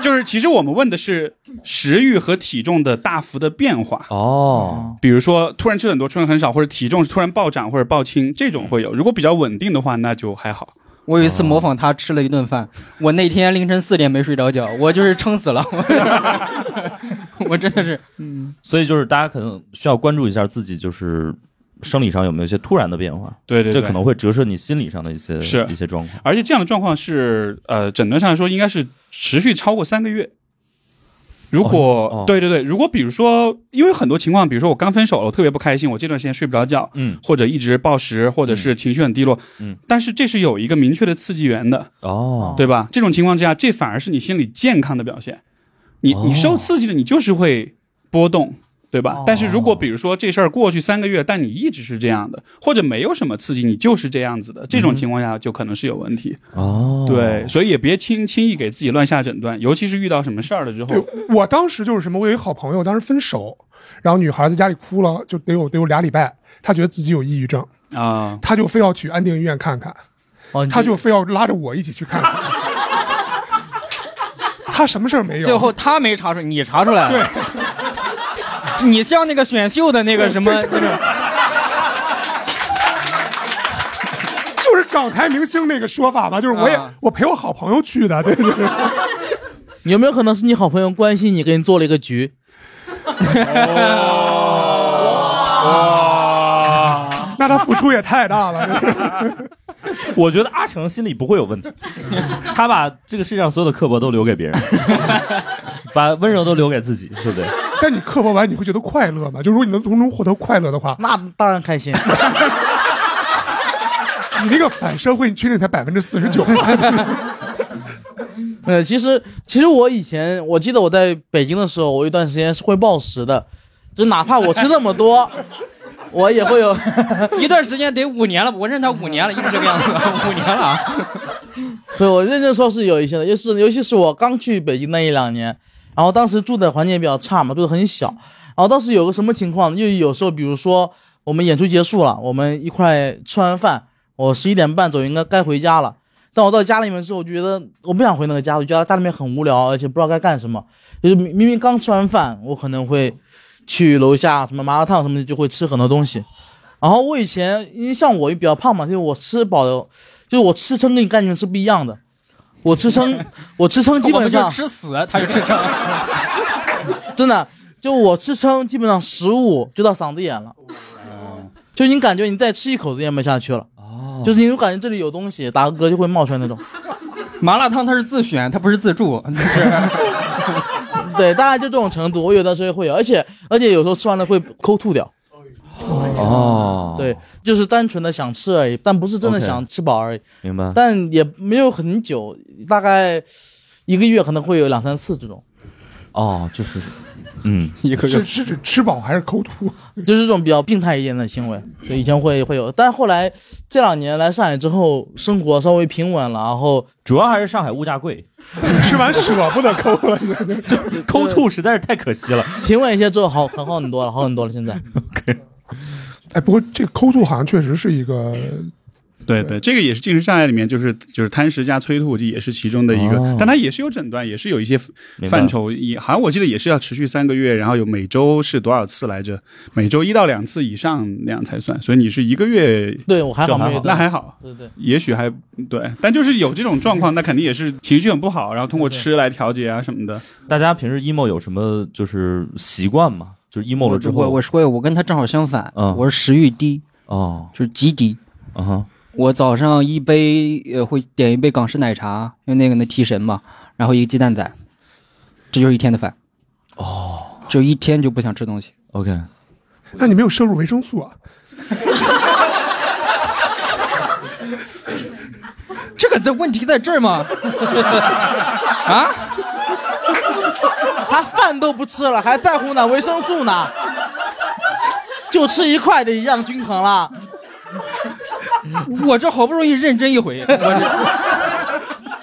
C: 就是其实我们问的是食欲和体重的大幅的变化。
B: 哦，
C: 比如说，突然吃很多，突然很少，或者体重突然暴涨或者暴轻，这种会有。如果比较稳定的话，那就还好。
F: 我有一次
E: 哦
F: 模仿他吃了一顿饭，我那天凌晨四点没睡着觉，我就是撑死了， 我真的是
E: 嗯
B: 所以就是大家可能需要关注一下自己就是。生理上有没有一些突然的变化？
C: 对对对，
B: 这可能会折射你心理上的一些
C: 是
B: 一些状况。
C: 而且这样的状况是，呃，诊断上来说应该是持续超过三个月。如果、
B: 哦哦
C: 对对对，如果比如说，因为很多情况，比如说我刚分手了，我特别不开心，我这段时间睡不着觉，
B: 嗯，
C: 或者一直暴食，或者是情绪很低落，
B: 嗯，
C: 但是这是有一个明确的刺激源的，
B: 哦，
C: 对吧？这种情况之下，这反而是你心理健康的表现。你你受刺激了，你就是会波动，对吧？但是如果比如说这事儿过去三个月，但你一直是这样的，或者没有什么刺激，你就是这样子的，这种情况下就可能是有问题。
B: 哦，
C: 对，，所以也别轻轻易给自己乱下诊断，尤其是遇到什么事儿了之后
E: 对，我当时就是什么，我有一个好朋友，当时分手，然后女孩在家里哭了，就得有得有俩礼拜，她觉得自己有抑郁症，
C: 啊，
E: 她就非要去安定医院看看，
F: 嗯
D: 哦，你
E: 她就非要拉着我一起去看 看。她什么事儿没有？
F: 最后他没查出，你查出来了。你像那个选秀的那个什么，
E: 就是港台明星那个说法嘛， 就是我也、
F: 啊
E: 我陪我好朋友去的，对对对。
D: 有没有可能 是你好朋友关心你，给你做了一个局？
F: 啊
E: 那他付出也太大了。 就是
B: 我觉得阿成心里不会有问题， 他把这个世界上所有的刻薄都留 给别人，把温柔都留给自己，对不对？
E: 但你刻薄完，你会觉得快乐吗？就如果你能从中获得快乐的话，
D: 那当然开心。
E: 你那个反社会，你确定才百分之四十九？
D: 呃，其实其实我以前我记得我在北京的时候，我有一段时间是会暴食的，就哪怕我吃那么多， 我也会有。
F: 一段时间得五年了，我认他五年了，一直这个样子， 五年了啊。
D: 对我认真说是有一些的，就是尤其是我刚去北京那一两年，然后当时住的环境也比较差嘛，住的很小，然后当时有个什么情况，就有时候比如说我们演出结束了，我们一块吃完饭，我十一点半左右应该该回家了。但我到家里面之后，我觉得我不想回那个家，我觉得家里面很无聊，而且不知道该干什么。就是明明明刚吃完饭，我可能会去楼下什么麻辣烫什么的，就会吃很多东西。然后我以前因为像我也比较胖嘛，就是我吃饱了，就是我吃撑跟你概念是不一样的。我吃 撑，我吃撑基
F: 我
D: 本
F: 们就
D: 上
F: 是吃死，他就 吃撑。
D: 真的，就我吃撑，基本上食物就到嗓子眼了，
F: 哦
D: 就你感觉你再吃一口都咽不下去了，就是你感觉这里有东西，打个嗝就会冒出来那种。
F: 麻辣烫他是自选，他不是自助，
D: 对，大概就这种程度，我有的时候会有，而且而且有时候吃完了会抠吐掉，
B: 哦，
D: 对，，就是单纯的想吃而已，但不是真的
B: OK 啊
D: 想吃饱而已，
B: 明白。
D: 但也没有很久，大概一个月可能会有两三次这种，
B: 哦，就是，嗯，
F: 一个
E: 是是指吃饱还是抠图？
D: 就是这种比较病态一点的行为，就以前会会有，但是后来这两年来上海之后，生活稍微平稳了，然后
B: 主要还是上海物价贵，
E: 吃完舍不得抠 了，
B: 抠吐实在是太可惜了。
D: 平稳一些之后好很好很多了，好很多了。现在
E: 哎，不过这个抠图好像确实是一个，
C: 对对，这个也是进食障碍里面，就是就是贪食加催吐，这也是其中的一个，
B: 哦
C: 但它也是有诊断，也是有一些
B: 明白
C: 范畴，也好像我记得也是要持续三个月，然后有每周是多少次来着？每周一到两次以上那样才算，所以你是一个月，
D: 对我还好没有遇
C: 那
D: 到，
C: 还好。
D: 对对
C: 也许还对，但就是有这种状况，那肯定也是情绪很不好，然后通过吃来调节啊什么的。
B: 大家平时 emo 有什么就是习惯吗？就是 emo 了
F: 我
B: 之
F: 我
B: 后
F: 我，说呀我跟他正好相反，
B: 嗯
F: 我是食欲低，
B: 哦，
F: 就是极低。
B: 啊
H: 嗯
B: 哈，
F: 我早上一杯呃会点一杯港式奶茶，因为那个能提神嘛，然后一个鸡蛋仔，这就是一天的饭。哦，就一天就不想吃东西。
B: OK，
E: 那你没有摄入维生素啊？
F: 这个在问题在这儿吗？啊，
D: 他饭都不吃了，还在乎呢维生素呢？ 就吃一块的一样均衡了。
F: 我这好不容易认真一回，我这。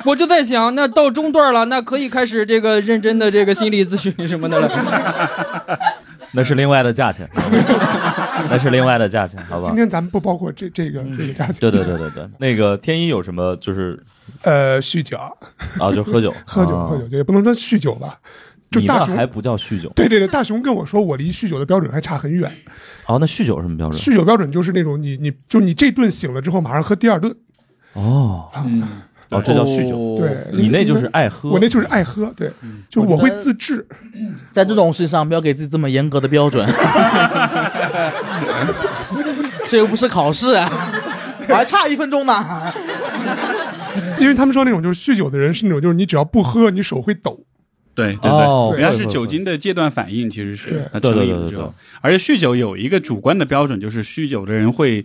F: 我就在想，那到中段了，那可以开始这个认真的这个心理咨询什么的了。
B: 那是另外的价钱， 那是另外的价钱，好吧
E: 今？天咱们不包括这这
F: 嗯
E: 个这个 价钱。
B: 对对对对对， 那个天一有什么就是
E: 呃，酗酒啊，
B: 啊，就喝酒，
E: 喝酒
B: 啊
E: 喝酒，也不能说酗酒吧，就
B: 你
E: 大
B: 那
E: 熊
B: 还。不叫酗酒
E: 对对对，大熊跟我说，我离酗酒的标准还差很远。
B: 哦？那酗酒是什么标准？
E: 酗酒标准就是那种你你就你这顿醒了之后马上喝第二顿，啊
B: 哦
C: 嗯，
B: 哦，这叫酗酒。
F: 哦
E: 对，
B: 你那就是爱喝，
E: 我那就是爱喝，对，就我会自制。
D: 在这种事上，不要给自己这么严格的标准。这又不是考试、啊，我还差一分钟呢。
E: 因为他们说那种就是酗酒的人是那种，就是你只要不喝，你手会抖。
C: 对对
B: 哦
C: 对，人家
B: 会
C: 是
B: 会
C: 酒
B: 会
C: 精的戒断反应，其实
E: 对
C: 是它
B: 对
C: 成
B: 对
C: 瘾
B: 对
C: 了
B: 对
C: 之
B: 对
C: 后，而且酗酒有一个主观的标准，就是酗酒的人会，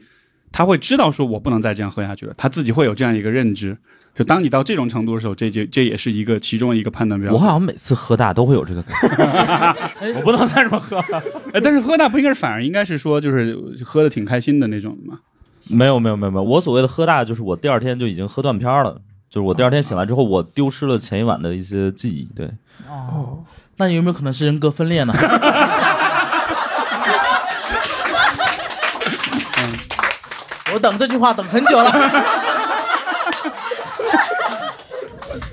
C: 他会知道说我不能再这样喝下去了，他自己会有这样一个认知。就当你到这种程度的时候，这就这也是一个其中一个判断标
B: 我
C: 准。
B: 好像每次喝大都会有这个感 觉，我不能再这么喝。
C: 哎，但是喝大不应该是反而应该是说就是喝的挺开心的那种嘛。
B: 没有没有没有没有，我所谓的喝大就是我第二天就已经喝断片儿了，就是我第二天醒来之后，我丢失了前一晚的一些记忆。对，
D: 哦，那有没有可能是人格分裂呢？嗯我等这句话等很久了。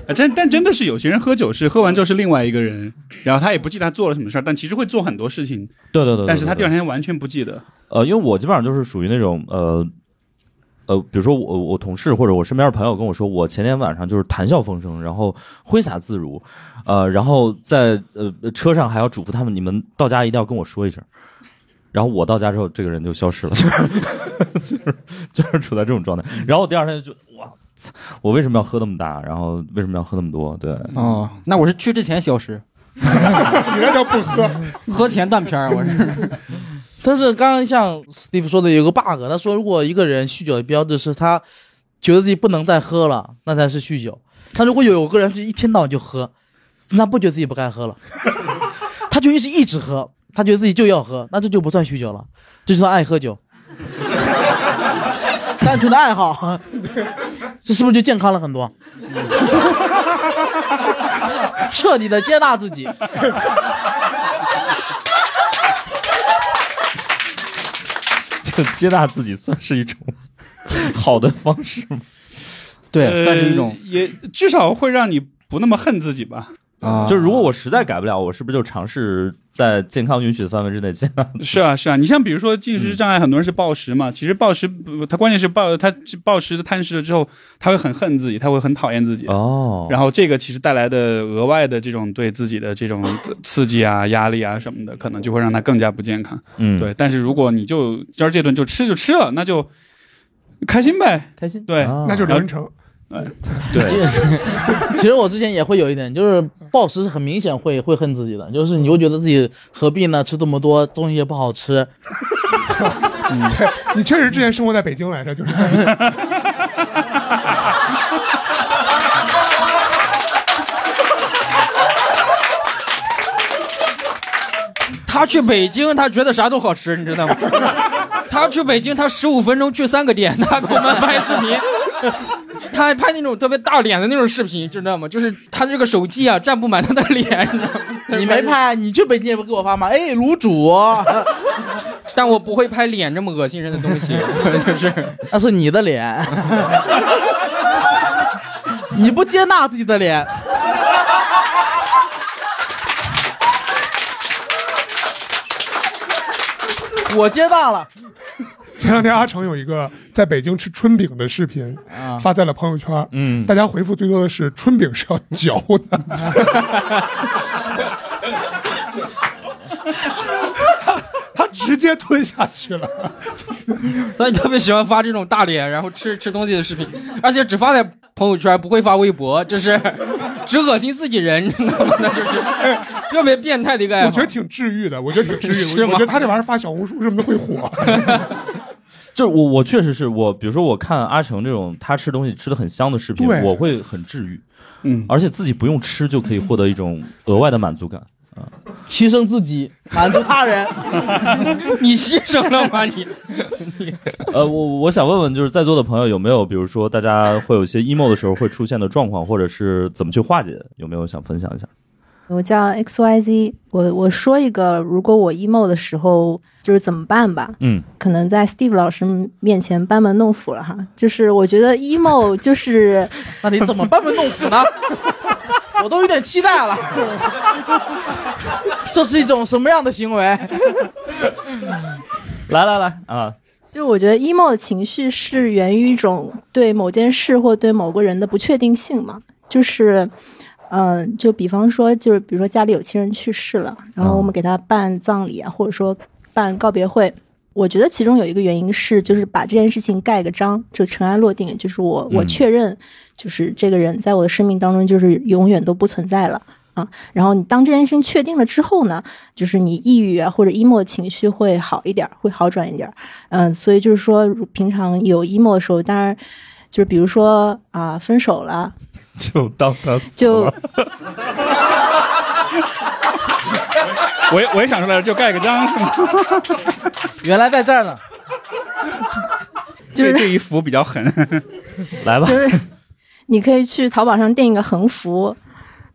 C: 啊，真但真的是有些人喝酒是喝完之后是另外一个人，然后他也不记得他做了什么事儿，但其实会做很多事情，
B: 对对对对
C: 但是他
B: 对
C: 第二天完全不记得。
B: 呃，因为我基本上就是属于那种呃呃，比如说我我同事或者我身边的朋友跟我说，我前天晚上就是谈笑风生，然后挥洒自如，呃，然后在呃车上还要嘱咐他们，你们到家一定要跟我说一声。然后我到家之后，这个人就消失了， 就是就是就是处在这种状态。然后我第二天就哇，操我为什么要喝那么大？然后为什么要喝那么多？对，
F: 哦，那我是去之前 消失，
E: 你那叫不喝，
F: 喝前断片儿，啊我是。
D: 但是刚刚像 Steve 说的有个 bug，他说如果一个人酗酒的标志是他觉得自己不能再喝了，那才是酗酒。他如果有个人是一天到晚就喝，那不觉得自己不该喝了，他就一直一直喝，他觉得自己就要喝，那这就不算酗酒了，这就算爱喝酒， 单纯的爱好， 这是不是就健康了很多？彻底的接纳自己。
B: 就接纳自己算是一种 好的方式吗？
F: 对，算是一种
C: 呃、也至少会让你不那么恨自己吧。
F: 啊，
B: 就是如果我实在改不了，我是不是就尝试在健康允 许的范围之内接纳？
C: 是啊，是啊，你像比如说进食障碍，很多人是暴食嘛，其实暴食不他关键是暴他暴食贪食了之后，他会很恨自己，他会很讨厌自己。
B: 哦，
C: 然后这个其实带来的额外的这种对自己的这种刺激啊、压力啊什么的，可能就会让他更加不健康。
B: 嗯，
C: 对，但是如果你就今儿这顿就吃就吃了，那就开心呗。
B: 开心，
C: 对
B: 啊
E: 那就是刘仁成。
B: 对，
D: 其实我之前也会有一点，就是暴食是很明显会会恨自己的，就是你会觉得自己何必呢？吃这么多东西也不好吃，
E: 对，你确实之前生活在北京来着，就是
F: 他去北京，他觉得啥都好吃，你知道吗？ 他去北京，他十五分钟去三个店，他给我们拍视频，他还拍那种特别大脸的那种视频，知道吗？就是他这个手机啊，占不满他的脸，你知道吗？
D: 你没拍，你去北京也不给我发吗？哎，卤煮，
F: 但我不会拍脸这么恶心人的东 西，就是
D: 那是你的脸， 你不接纳自己的脸， 我接纳了。
E: 前两天阿成有一个在北京吃春饼的视频，
D: 啊
E: 发在了朋友圈。
B: 嗯
E: 大家回复最多的是春饼是要嚼的。 他直接吞下去 了，
F: 所以特别喜欢发这种大脸，然后吃吃东西的视频，而且只发在朋友圈，不会发微博，这是 只恶心自己人，你 知道吗？那就是特别变态的一个爱好。
E: 我觉得挺治愈的，我觉得挺治愈。
F: 是
E: 我
F: 吗
E: 我觉得他这玩意儿发小红书什么的会火。
B: 就是我我确实是我，比如说我看阿成这种他吃东西吃的很香的视频，
E: 对
B: 我会很治愈，
C: 嗯，
B: 而且自己不用吃就可以获得一种额外的满足感。啊
D: 牺牲自己，满足他人。
F: 你牺牲了吗？你
B: 呃，我我想问问，就是在座的朋友有没有，比如说大家会有一些 emo 的时候会出现的状况，或者是怎么去化解，有没有想分享一下？
G: 我叫 X Y Z，我我说一个，如果我 emo 的时候就是怎么办吧？
B: 嗯，
G: 可能在 Steve 老师面前班门弄斧了哈。就是我觉得 emo 就是
D: 那你怎么班门弄斧呢？啊我都有点期待了。这是一种什么样的行为？
B: 来来来啊，
G: 就是我觉得 emo 的情绪是源于一种对某件事或对某个人的不确定性嘛，就是，嗯、就比方说，就是比如说家里有亲人去世了，然后我们给他办葬礼啊，或者说办告别会，我觉得其中有一个原因是，就是把这件事情盖个章，就尘埃落定，就是我我
B: 嗯
G: 确认，就是这个人在我的生命当中就是永远都不存在了。啊，然后你当这件事情确定了之后呢，就是你抑郁啊或者 emo 的情绪会好一点儿，会好转一点儿。嗯，所以就是说，如平常有 emo 的时候，当然就是比如说啊、分手了，
B: 就当他
G: 就
C: 我也我也想出来了，就盖个章是吗？
D: 原来在 这儿呢。
G: 就
C: 这
G: 是
C: 这一幅比较狠，
B: 来吧
G: 就，是你可以去淘宝上订一个横幅，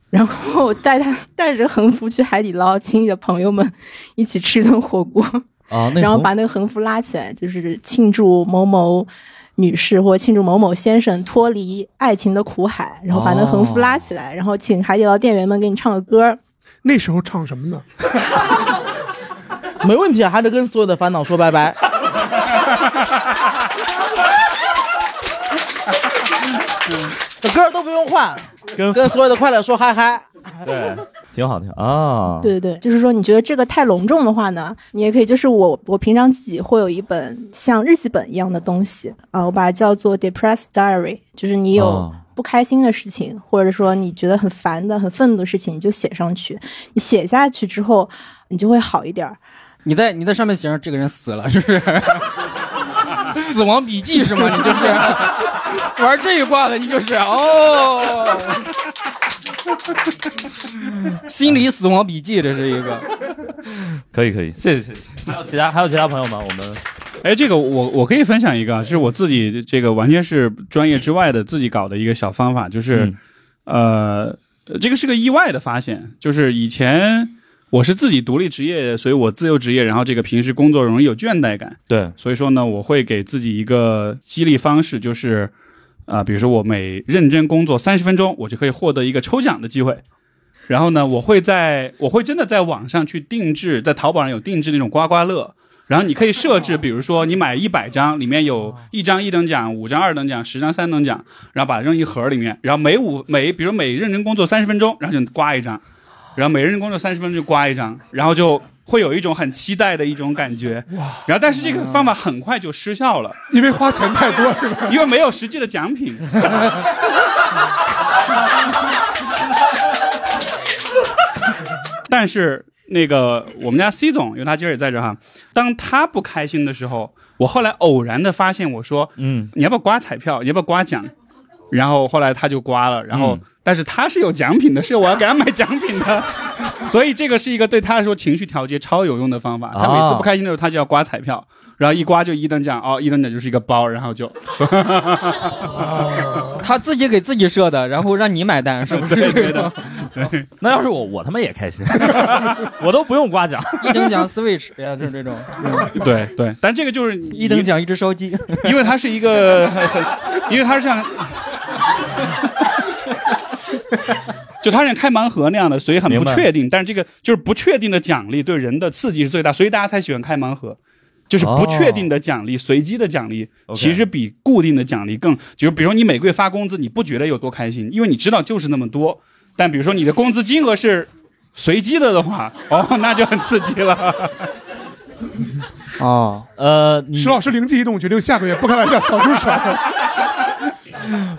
G: 然后带他带着横幅去海底捞，请你的朋友们一起吃一顿火锅，
B: 啊，那
G: 然后
B: 从
G: 把那个横幅拉起来，就是庆祝某某。女士或庆祝某某先生脱离爱情的苦海，然后
B: 哦
G: 把那个横幅拉起来，然后请海底捞店员们给你唱个歌儿，
E: 那时候唱什么呢？
D: 没问题啊，还得跟所有的烦恼说拜 拜。歌儿都不用换，
B: 跟
D: 跟所有的快乐说嗨嗨。
B: 对，挺好挺好啊，
G: 对对对，就是说你觉得这个太隆重的话呢，你也可以，就是我我平常自己会有一本像日记本一样的东西啊，我把它叫做 Depressed Diary，就是你有
B: 哦
G: 不开心的事情，或者说你觉得很烦的、很愤怒的事情，你就写上去，你写下去之后，你就会好一点儿。
F: 你在你在上面写上这个人死了，是不 是？死亡笔记是吗？你就是玩这一挂的，你就是哦，心理死亡笔记，这是一个。
B: 可以可以，谢谢谢 谢。还有其他还有其他朋友吗？我们
C: 哎，这个我我可以分享一个啊，就是我自己这个完全是专业之外的自己搞的一个小方法，就是、
B: 嗯
C: 呃，这个是个意外的发现，就是以前我是自己独立职业，所以我自由职业，然后这个平时工作容易有倦怠感，
B: 对，
C: 所以说呢，我会给自己一个激励方式，就是啊、比如说我每认真工作三十分钟，我就可以获得一个抽奖的机会。然后呢，我会在我会真的在网上去定制，在淘宝上有定制那种刮刮乐，然后你可以设置，比如说你买一百张，里面有一张一等奖、五张二等奖、十张三等奖，然后把它扔一盒里面，然后每五每比如每认真工作三十分钟，然后就刮一张，然后每认真工作三十分钟就刮一张，然后就会有一种很期待的一种感觉。啊然后但是这个方法很快就失效了，
E: 因为花钱太多是吧？
C: 因为没有实际的奖品。但是那个我们家 C 总，因为他今儿也在这儿哈，当他不开心的时候，我后来偶然的发现，我说
B: 嗯
C: 你要不要刮彩票？你要不要刮奖？然后后来他就刮了，然后、
B: 嗯
C: 但但是他是有奖品的，是我要给他买奖品 的，所以这个是一个对他来说情绪调节超有用的方
F: 啊
C: 法。他每次不开心的时候，他就要刮彩票，然后一刮就一等奖，哦，一等奖就是一个包，然后就，
F: 他自己给自己设的，然后让你买单，是不是？这 个
B: 那要是我，我他妈也开心，我都不用刮奖。
F: 一 等奖 Switch
D: 啊
F: 呀，就是这种
C: 对对，但这个就是一
F: 一等，奖一只烧鸡，
C: 因为它是一个很很，因为它是 像，就它是像开盲盒那样的，所以很不
B: 明白
C: 确定。但是这个就是不确定的奖励对人的刺激是最大，所以大家才喜欢开盲盒。就是不确定的奖励、随机的奖励，
B: 哦 OK
C: 其实比固定的奖励更，就是比如说你每个月发工资，你不觉得有多开心，因为你知道就是那么多。但比如说你的工资金额是随机的的话，哦，那就很刺激了。
F: 哦，
B: 呃，你
E: 石老师灵机一动，决定下个月不开玩笑，小助 手。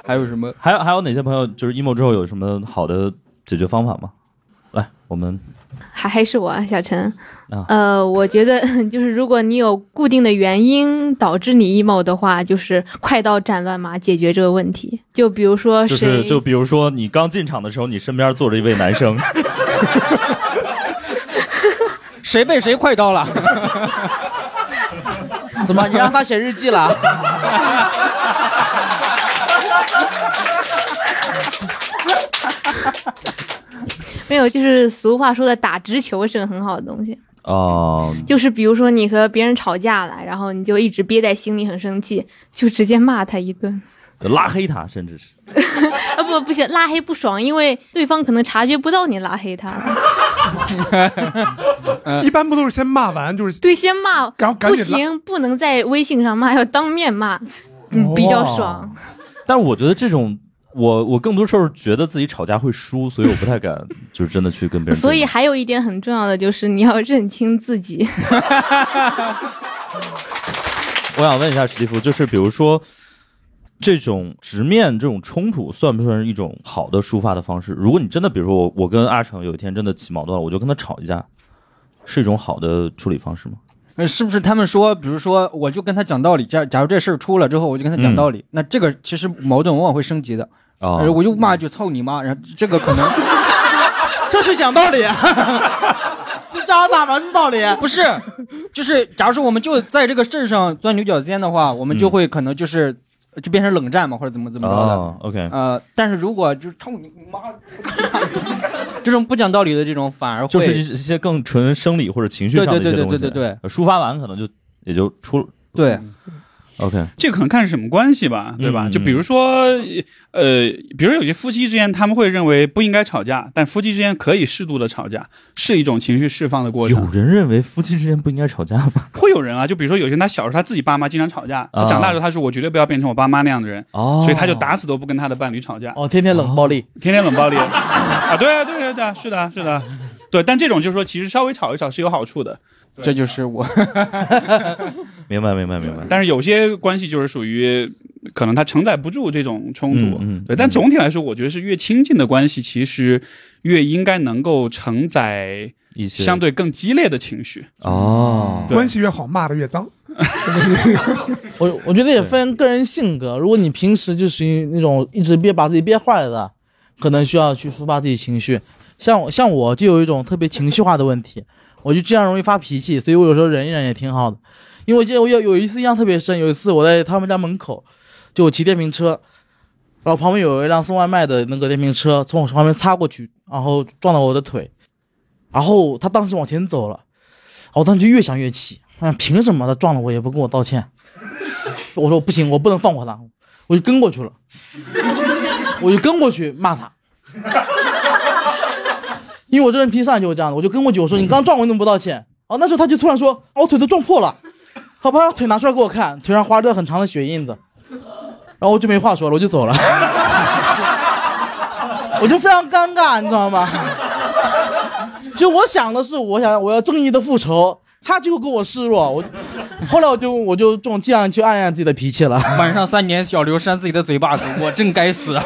F: 还有什么？
B: 还有还有哪些朋友就是 emo 之后有什么好的解决方法吗？来，我们
I: 还还是我啊小陈，
B: 啊
I: 呃，我觉得 就是如果你有固定的原因导致你 emo 的话，就是快刀斩乱麻解决这个问题。就比如说
B: 就
I: 呃谁，
B: 是就比如说你刚进场的时候，你身边坐着一位男生，
F: 谁被谁快刀了？
D: 怎么你让他写日记了？
I: 没有，就是俗话说的打直球是个很好的东西。
B: 哦、
I: 就是比如说你和别人吵架了，然后你就一直憋在心里，很生气，就直接骂他一顿。
B: 拉黑他，甚至是
I: 啊不不行，拉黑不爽，因为对方可能察觉不到你拉黑他。
F: 嗯
E: 一般不都是先骂完，就是
I: 对，先骂
E: 赶赶
I: 不
E: 紧拉
I: 行，不能在微信上骂，要当面骂，嗯，比
E: 哦
I: 较爽。
B: 但是我觉得这种，我我更多时候觉得自己吵架会输，所以我不太敢，就是真的去跟别人争。
I: 所以还有一点很重要的就是你要认清 自己，
B: 我想问一下史蒂夫，就是比如说这种直面这种冲突，算不算是一种好的抒发的方式？如果你真的，比如说我我跟阿成有一天真的起矛盾了，我就跟他吵一架，是一种好的处理方式吗？
F: 呃是不是他们说，比如说，我就跟他讲道理，假假如这事儿出了之后，我就跟他讲道
B: 嗯
F: 理，那这个其实矛盾往往会升级的，
B: 啊、
F: 呃我就骂一句操你妈，然后这个 可能
D: 这是讲道理，啊这扎打蛮是道理。啊
F: 不是，就是假如说我们就在这个事儿上钻牛角尖的话，我们
B: 嗯
F: 就会可能就是就变成冷战嘛，或者怎么怎么着的。
B: 哦，OK，
F: 呃，但是如果就是操你妈， 这种不讲道理的这种反而会
B: 就是一些更纯生理或者情绪上的一些
F: 对对对
B: 东西，
F: 对对对
B: 呃抒发完可能就也就出
F: 对
B: OK，
C: 这个可能看是什么关系吧，对吧？
B: 嗯
C: 就比如说，呃，比如有些夫妻之间，他们会认为不应该吵架，但夫妻之间可以适度的吵架，是一种情绪释放的过
B: 有
C: 程。
B: 人认为夫妻之间不应该吵架吗？
C: 会有人啊，就比如说有些人，他小时候他自己爸妈经常吵架，
B: 啊
C: 他长大之后他说我绝对不要变成我爸妈那样的人，
B: 哦
C: 所以他就打死都不跟他的伴侣吵架，
D: 哦，天天冷暴力，
C: 天天冷暴力啊！对啊，对啊对啊对啊，是的，是的，对。但这种就是说，其实稍微吵一吵是有好处的，
F: 这就是我
B: 明白明白明白。
C: 但是有些关系就是属于可能它承载不住这种冲突，
B: 嗯嗯
C: 对。但总体来说，我觉得是越亲近的关系，其实越应该能够承载
B: 一些
C: 相对更激烈的情绪。
B: 哦，
C: 对
E: 关系越好，骂的越脏。
D: 我我觉得也分个人性格。如果你平时就属于那种一直憋把自己憋坏了的，可能需要去抒发自己情绪。像我像我就有一种特别情绪化的问题，我就这样容易发脾气，所以我有时候忍一忍也挺好的。因为我记得我有有一次印象特别深，有一次我在他们家门口，就我骑电瓶车，然后旁边有一辆送外卖的那个电瓶车从我旁边擦过去，然后撞到我的腿，然后他当时往前走了，我当时就越想越气，啊，凭什么他撞了我也不跟我道歉？我说不行，我不能放过他，我就跟过去了，我就跟过去骂他，因为我这人脾气上来就是这样的，我就跟过去，我说你刚撞我，你怎么不道歉？哦，那时候他就突然说，哦我腿都撞破了，好吧，把腿拿出来给我看，腿上划着很长的血印子，然后我就没话说了，我就走了，我就非常尴尬，你知道吗？就我想的是，我想我要正义的复仇，他就跟我示弱，我后来我就我就这种尽量去按按自己的脾气了。
F: 晚上三点，小刘扇自己的嘴巴 子，啊我真该死。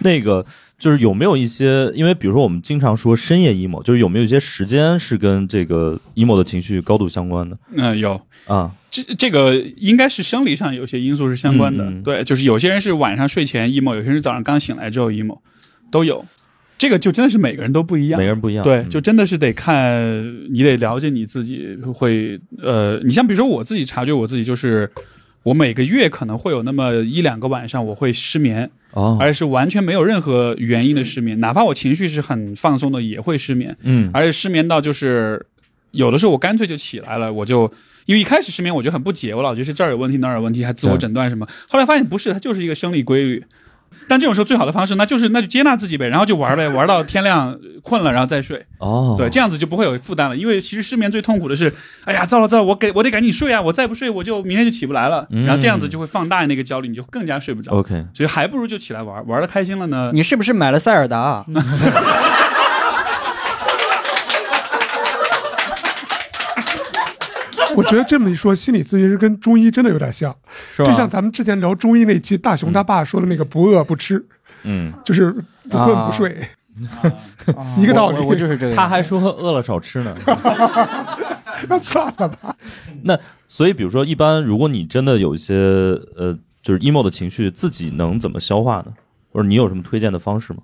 B: 那个就是有没有一些，因为比如说我们经常说深夜 emo，就是有没有一些时间是跟这个 emo 的情绪高度相关的
C: 嗯、有
B: 啊？
C: 这这个应该是生理上有些因素是相关的，
B: 嗯嗯
C: 对，就是有些人是晚上睡前 emo，有些人是早上刚醒来之后 emo，都有。这个就真的是每个人都不一样
B: 每个，人不一样，
C: 对，
B: 嗯
C: 就真的是得看你得了解你自己会呃，你像比如说我自己察觉我自己就是，我每个月可能会有那么一两个晚上我会失眠，
B: 哦，
C: 而且是完全没有任何原因的失眠，哪怕我情绪是很放松的也会失眠，
B: 嗯
C: 而且失眠到就是有的时候我干脆就起来了，我就因为一开始失眠我就很不解，我老觉得是这儿有问题那儿有问题，还自我诊断什么，后来发现不是，它就是一个生理规律。但这种时候最好的方式，那就是那就接纳自己呗，然后就玩呗，玩到天亮呃困了，然后再睡。
B: 哦，
C: 对，这样子就不会有负担了。因为其实失眠最痛苦的是，哎呀，糟了糟了，我给我得赶紧睡啊，我再不睡我就明天就起不来了。
B: 嗯
C: 然后这样子就会放大那个焦虑，你就更加睡不着。
B: OK，
C: 所以还不如就起来玩，玩的开心了呢。
F: 呃你是不是买了塞尔达啊？
E: 我觉得这么一说，心理咨询师跟中医真的有点像，
F: 是
E: 就像
F: 吧？
E: 咱们之前聊中医那期，大雄他爸说的那个不饿不吃，
B: 嗯，
E: 就是不困不睡， 一个道理
F: 啊我我我就是这个。
B: 他还说饿了少吃呢。
E: 那算了吧。
B: 所以，比如说，一般如果你真的有一些呃，就是 emo 的情绪，自己能怎么消化呢？或者你有什么推荐的方式吗？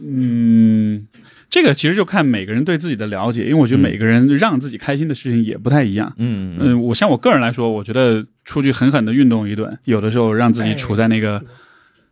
C: 嗯，这个其实就看每个人对自己的了解，因为我觉得
B: 嗯
C: 每个人让自己开心的事情也不太一样。
B: 嗯
C: 嗯，我像我个人来说，我觉得出去狠狠的运动一顿，有的时候让自己处在那个，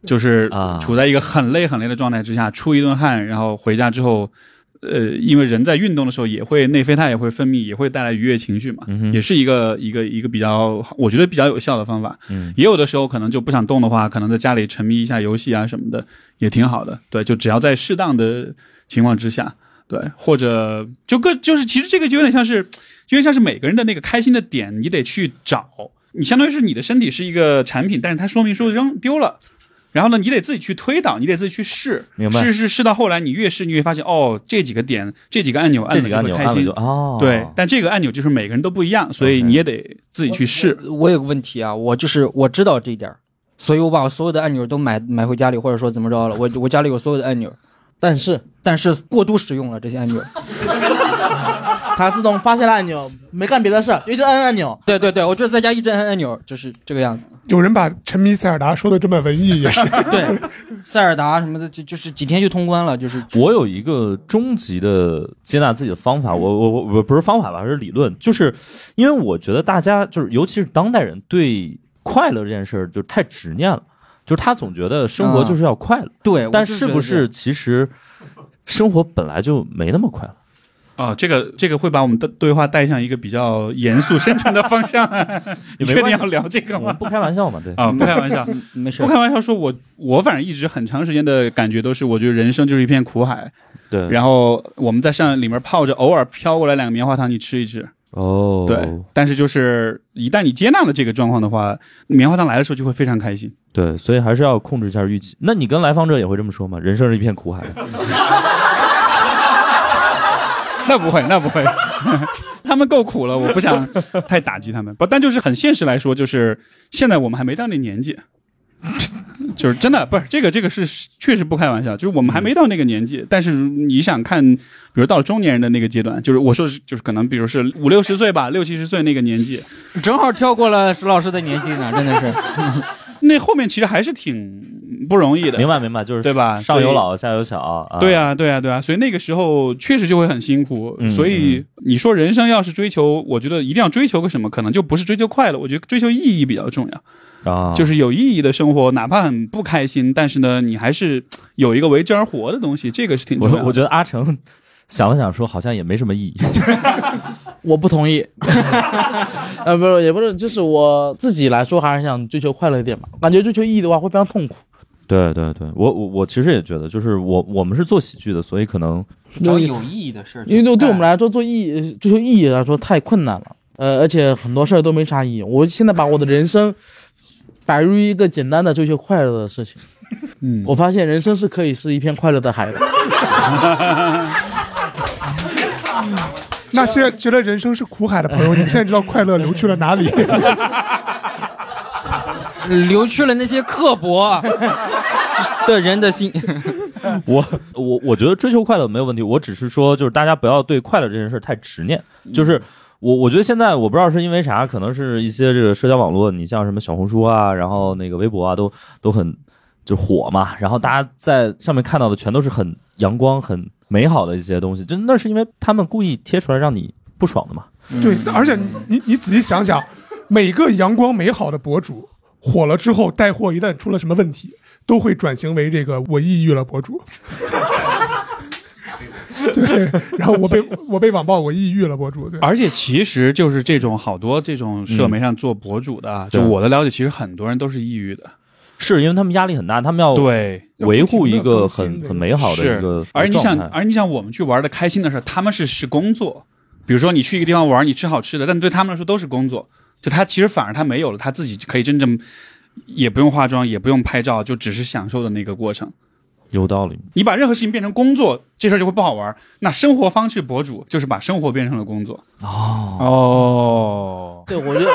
C: 就是
B: 啊
C: 处在一个很累很累的状态之下，出一顿汗，然后回家之后，呃，因为人在运动的时候也会内啡肽也会分泌，也会带来愉悦情绪嘛，
B: 嗯哼
C: 也是一个一个一个比较，我觉得比较有效的方法。
B: 嗯
C: 也有的时候可能就不想动的话，可能在家里沉迷一下游戏啊什么的，也挺好的。对，就只要在适当的情况之下，对，或者就各就是其实这个就有点像是，就有点像是每个人的那个开心的点，你得去找。你相当于是你的身体是一个产品，但是它说明书扔丢了。然后呢，你得自己去推导，你得自己去试，
B: 明白
C: 试试试到后来，你越试，你越发现，哦，这几个点，这几个按钮按
B: 这
C: 了
B: 几个按钮
C: 就会
B: 按
C: 开
B: 了
C: 心
B: 就，哦，
C: 对。但这个按钮就是每个人都不一样，所以
B: OK
C: 你也得自己去试。
F: 我有个问题啊，我就是我知道这一点儿，所以我把我所有的按钮都买买回家里，或者说怎么着了，我我家里有所有的按钮，
D: 但是
F: 但是过度使用了这 些按钮。
D: 他自动发现了按钮，没干别的事儿，就一直按按钮。
F: 对对对，我就是在家一直按按钮，就是这个样子。
E: 有人把沉迷塞尔达说的这么文艺， 也是
F: 对，塞尔达什么的，就就是几天就通关了，就是
B: 我有一个终极的接纳自己的方法，我我我我不是方法吧，是理论，就是因为我觉得大家就是尤其是当代人对快乐这件事儿就太执念了，就是他总觉得生活就是要快乐，
F: 嗯对。
B: 但
F: 我就是
B: 不
F: 觉得
B: 是其实生活本来就没那么快乐？
C: 啊、这个这个会把我们的对话带向一个比较严肃深沉的方向。 你
B: 也没
C: 确定
B: 关系
C: 要聊这个
B: 我们
C: 吗？
B: 不开玩笑 嘛，对，
C: 啊、不开玩笑，
F: 这样没事
C: 不？开玩笑说我，我反正一直很长时间的感觉都是，我觉得人生就是一片苦海，
B: 对，
C: 然后我们在上里面泡着，偶尔飘过来两个棉花糖，你吃一吃。
B: 哦，
C: 对，但是就是一旦你接纳了这个状况的话，棉花糖来的时候就会非常开心。
B: 对，所以还是要控制一下预期。那你跟来访者也会这么说吗？人生是一片苦海，
C: 那不会，那不会，他们够苦了，我不想太打击他们。不，但就是很现实来说，就是现在我们还没到那年纪， 就是真的不是这个，这个是确实不开玩笑，就是我们还没到那个年纪。但是你想看，比如到了中年人的那个阶段，就是我说是就是可能，比如是五六十岁吧，六七十岁那个年纪，
F: 正好跳过了石老师的年纪呢，真的是。
C: 那后面其实还是挺不容易的。
B: 明白明白，就是
C: 对吧
B: 上
C: 所
B: 有
C: 以
B: 老下有小啊，
C: 对啊，对啊，对啊，所以那个时候确实就会很辛苦。
B: 嗯
C: 所以你说人生要是追求，我觉得一定要追求个什么，可能就不是追求快乐，我觉得追求意义比较重要。
B: 啊，
C: 就是有意义的生活，哪怕很不开心，但是呢，你还是有一个为之而活的东西，这个是挺
B: 我
C: 重要的。
B: 我觉得阿成想了想说，好像也没什么意义。
D: 我不同意， 呃，不是，也不是，就是我自己来说，还是想追求快乐一点嘛。感觉追求意义的话，会非常痛苦。
B: 对对对，我我我其实也觉得，就是我我们是做喜剧的，所以可能
F: 找有意义的事儿去干，
D: 因为对对我们来说，做意义追求意义来说太困难了，呃，而且很多事儿都没啥意义。我现在把我的人生摆入一个简单的追求快乐的事情，
C: 嗯
D: 我发现人生是可以是一片快乐的海的。
E: 那些觉得人生是苦海的朋友，你们现在知道快乐流去了哪里？
F: 啊留去了那些刻薄。 的人的心。
B: 我我我觉得追求快乐没有问题，我只是说就是大家不要对快乐这件事太执念，
C: 嗯
B: 就是。我我觉得现在我不知道是因为啥，可能是一些这个社交网络，你像什么小红书啊，然后那个微博啊，都都很就火嘛。然后大家在上面看到的全都是很阳光、很美好的一些东西，就那是因为他们故意贴出来让你不爽的嘛。
E: 对，而且你你你仔细想想，每个阳光美好的博主火了之后，带货一旦出了什么问题，都会转型为这个我抑郁了博主。 对，然后我被我被网暴，我抑郁了博主。对，
C: 而且其实就是这种好多这种社媒上做博主的，啊，就
B: 嗯对
C: 我的了解，其实很多人都是抑郁的。
B: 是因为他们压力很大，他们要
C: 对，
B: 维护一个
E: 要不停地更新这个
B: 很很美好的一个
C: 是。而你想
B: 状，态
C: 而你想我们去玩的开心的事儿，他们是是工作。比如说你去一个地方玩，你吃好吃的，但对他们来说都是工作。就他其实反而他没有了，他自己可以真正也不用化妆，也不用拍照，就只是享受的那个过程。
B: 有道理，
C: 你把任何事情变成工作，这事儿就会不好玩儿。那生活方式博主就是把生活变成了工作。哦
D: 对，我觉得，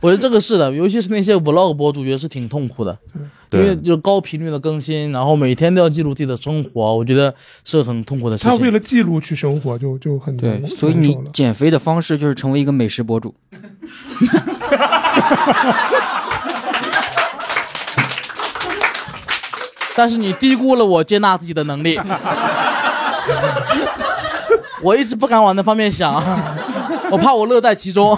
D: 我觉得这个是的，尤其是那些 vlog 博主，觉得是挺痛苦的，
E: 嗯
D: 因为
B: 对，
D: 就是高频率的更新，然后每天都要记录自己的生活，我觉得是很痛苦的事
E: 他为
D: 情。
E: 了记录去生活就，就很
F: 对，
E: 难
F: 所以
E: 难
F: 你
E: 受了
F: 减肥的方式就是成为一个美食博主。
D: 但是你低估了我接纳自己的能力， 我一直不敢往那方面想，我怕我乐在 其中。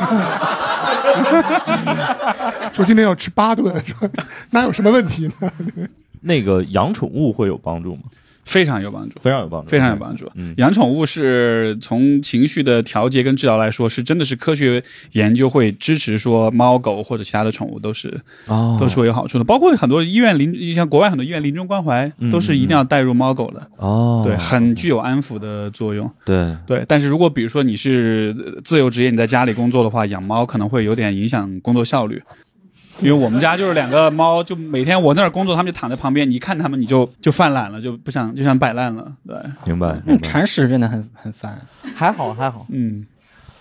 E: 说今天要吃八顿，说哪有什么问题呢？
B: 那个养宠物会有帮助吗？
C: 非常有帮助，
B: 非常有帮助，
C: 非常有帮助。
B: 嗯
C: 养宠物是从情绪的调节跟治疗来说，是真的是科学研究会支持说猫狗或者其他的宠物都是
B: 哦
C: 都是会有好处的。包括很多医院临像国外很多医院临终关怀
B: 嗯
C: 都是一定要带入猫狗的，
B: 哦，
C: 对，很具有安抚的作用。
B: 对，
C: 对，但是如果比如说你是呃自由职业，你在家里工作的话，养猫可能会有点影响工作效率。因为我们家就是两个猫，就每天我那儿工作，它们就躺在旁边，你一看它们你就就犯懒了，就不想就想摆烂了。对，
B: 明白，
F: 那
B: 明白。
F: 铲屎嗯真的很很烦，
D: 还好还好，
C: 嗯，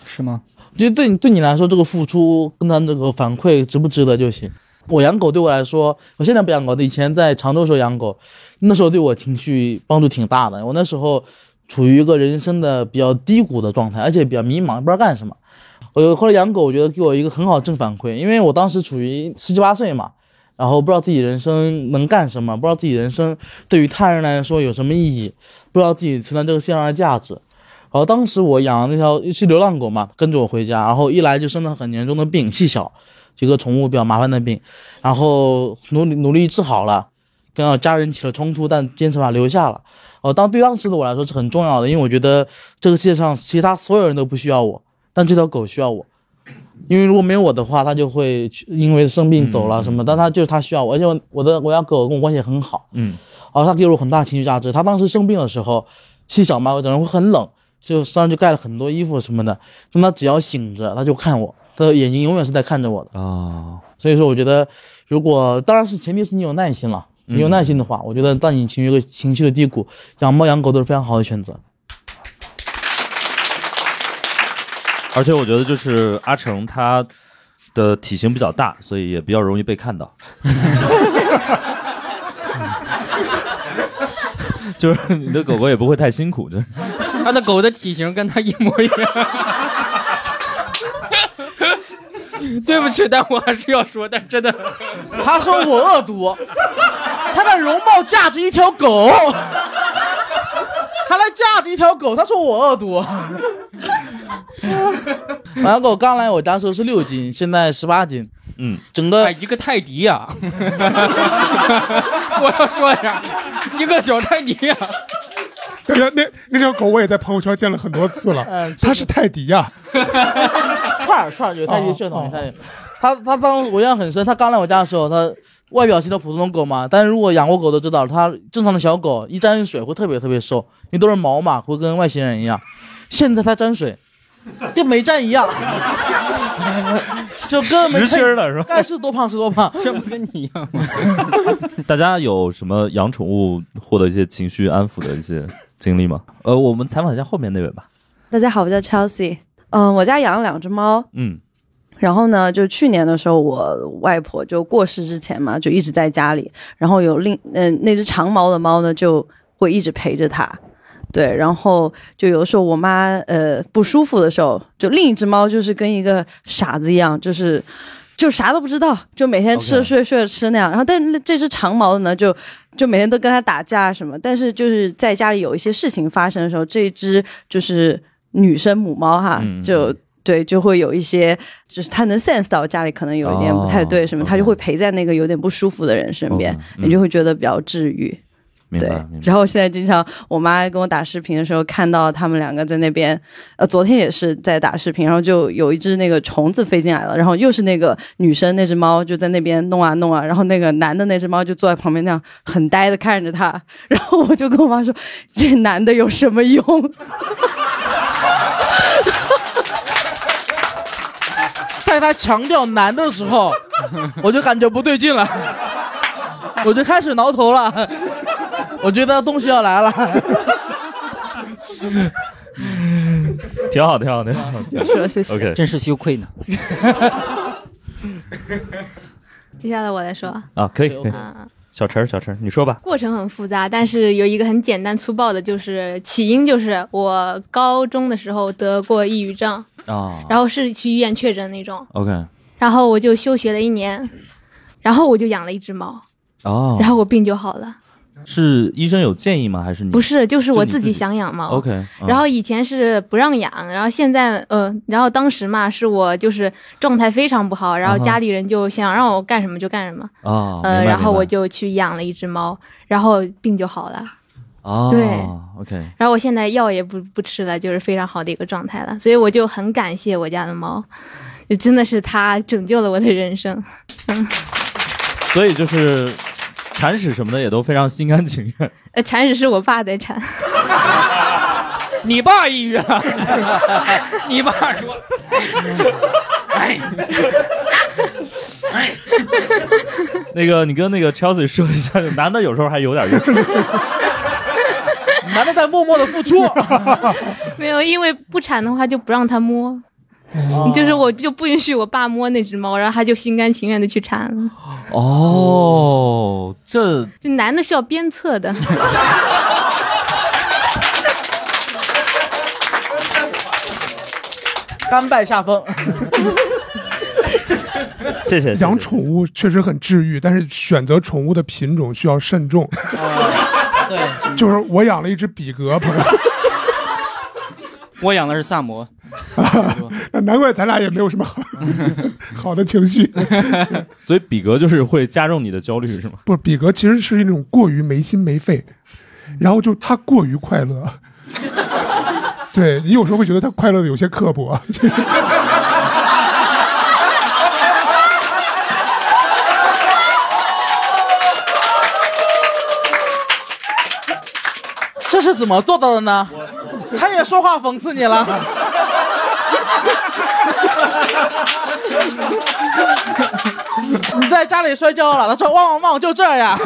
F: 是吗？
D: 就对你对你来说，这个付出跟他那个反馈值不值得就行。我养狗对我来说，我现在不养狗的，以前在常州时候养狗，那时候对我情绪帮助挺大的。我那时候处于一个人生的比较低谷的状态，而且比较迷茫，不知道干什么。我后来养狗，我觉得给我一个很好的正反馈，因为我当时处于十七八岁嘛，然后不知道自己人生能干什么，不知道自己人生对于他人来说有什么意义，不知道自己存在这个世界上的价值。然后当时我养的那条是流浪狗嘛，跟着我回家，然后一来就生了很严重的病，细小，一个宠物比较麻烦的病，然后努力努力治好了，跟家人起了冲突，但坚持把它留下了。哦，当对当时的我来说是很重要的，因为我觉得这个世界上其他所有人都不需要我，但这条狗需要我，因为如果没有我的话，它就会去因为生病走了什么，但它就是它需要我，而且我我的我家狗跟我关系很好，
B: 嗯，
D: 然后哦它给了我很大情绪价值。它当时生病的时候，细小嘛，我整个人会很冷，就身上就盖了很多衣服什么的。但它只要醒着，它就看我，它的眼睛永远是在看着我的。
B: 哦，
D: 所以说，我觉得如果当然是前提是你有耐心了，你有耐心的话，我觉得在你情绪一个情绪的低谷，养猫养狗都是非常好的选择。
B: 而且我觉得就是阿成他的体型比较大，所以也比较容易被看到。 就是你的狗狗也不会太辛苦，就是
F: 他的狗的体型跟他一模一 样。对不起，但我还是要说，但真的，
D: 他说我恶毒， 他的容貌架着一条狗，他来架着一条狗，他说我恶毒。 小狗刚来我家的时候是六斤，现在十八斤，
B: 嗯，
D: 整
F: 哎，
D: 个
F: 一个泰迪呀、 我要说一下，一个小泰迪啊呀、
E: 对呀，那那条狗我也在朋友圈见了很多次了
D: 嗯，
E: 它是泰迪啊呀、
D: 串儿串儿有
F: 嗯
D: 泰迪血统，有泰迪。他他当时我印象很深，他刚来我家的时候，他外表是条普通的狗嘛，但是如果养过狗都知道，它正常的小狗一沾水会特别特别瘦，因为都是毛嘛，会跟外星人一样。现在它沾水，跟没沾一样， 就根本没
B: 实心
D: 看
B: 儿的是吧？
D: 该是多胖是多胖。
F: 这不跟你一样吗？
B: 大家有什么养宠物获得一些情绪安抚的一些经历吗？呃，我们采访一下后面那位吧。
J: 大家好，我叫 Chelsea。嗯，我家养了两只猫，
B: 嗯，
J: 然后呢，就去年的时候，我外婆就过世之前嘛，就一直在家里。然后有另嗯、呃、那只长毛的猫呢，就会一直陪着她。对，然后就有的时候我妈呃不舒服的时候，就另一只猫就是跟一个傻子一样，就是就啥都不知道，就每天吃
B: OK
J: 着睡着睡着吃那样。然后但是这只长毛的呢，就就每天都跟它打架什么。但是就是在家里有一些事情发生的时候，这只就是女生母猫哈，
B: 嗯嗯
J: 就对就会有一些，就是它能 sense 到家里可能有一点不太对什么，
B: 哦
J: 它、就会陪在那个有点不舒服的人身边，
B: OK，嗯
J: 你就会觉得比较治愈。
B: 明
J: 对
B: 白，明，白。
J: 然后现在经常我妈跟我打视频的时候，看到他们两个在那边，呃，昨天也是在打视频，然后就有一只那个虫子飞进来了，然后又是那个女生那只猫就在那边弄啊弄啊，然后那个男的那只猫就坐在旁边那样很呆的看着他，然后我就跟我妈说，这男的有什么用？
D: 在他强调难的时候，我就感觉不对劲了，我就开始挠头了，我觉得东西要来了。
B: 挺好，挺好，挺好。挺好
J: 说 谢谢
B: OK
F: 真是羞愧呢。
I: 接下来我来说，
B: 啊，可以，
E: 嗯
B: 可以。小陈儿，小陈儿，你说吧。
I: 过程很复杂，但是有一个很简单粗暴的，就是起因就是我高中的时候得过抑郁症，
B: 啊
I: 然后是去医院确诊那种，
B: ，OK，
I: 然后我就休学了一年，然后我就养了一只猫，
B: 嗯哦，
I: 然后我病就好了。
B: 是医生有建议吗？还是你
I: 不是，就是
B: 嗯就
I: 我
B: 你
I: 自
B: 自己
I: 己想养猫。
B: OK？嗯
I: 然后以前是不让养，然后现在呃，然后当时嘛是我就是状态非常不好，然后
B: 啊哈
I: 家里人就想让我干什么就干什么，
B: 啊，
I: 呃，
B: 明白
I: 然后
B: 明白
I: 我就去养了一只猫，然后病就好了。
B: 啊，
I: 对
B: ，OK，
I: 然后我现在药也不不吃了，就是非常好的一个状态了，所以我就很感谢我家的猫，就真的是它拯救了我的人生。
B: 所以就是铲屎什么的也都非常心甘情愿。
I: 呃，铲屎是我爸在铲，
F: 你爸抑郁啊 了，你爸说，哎，
B: 那个，你跟那个 Chelsea 说一下，男的有时候还有点用。
D: 男的在默默的付出，
I: 没有，因为不铲的话就不让它摸，就是
K: 哦
I: 我就不允许我爸摸那只猫，然后他就心甘情愿的去铲了。
B: 哦，这
I: 就男的是要鞭策的，
D: 甘拜下风。
B: 谢谢谢谢
E: 养宠物确实很治愈，但是选择宠物的品种需要慎重。
D: 对，
E: 就是我养了一只比格，朋友，
F: 我养的是萨摩，
E: 难怪咱俩也没有什么好 好的情绪。
B: 所以比格就是会加重你的焦虑是吗？
E: 不，比格其实是那种过于没心没肺，然后就他过于快乐。对你有时候会觉得他快乐的有些刻薄，
D: 这是怎么做到的呢？他也说话讽刺你了，你在家里摔跤了，他说汪汪汪就这样，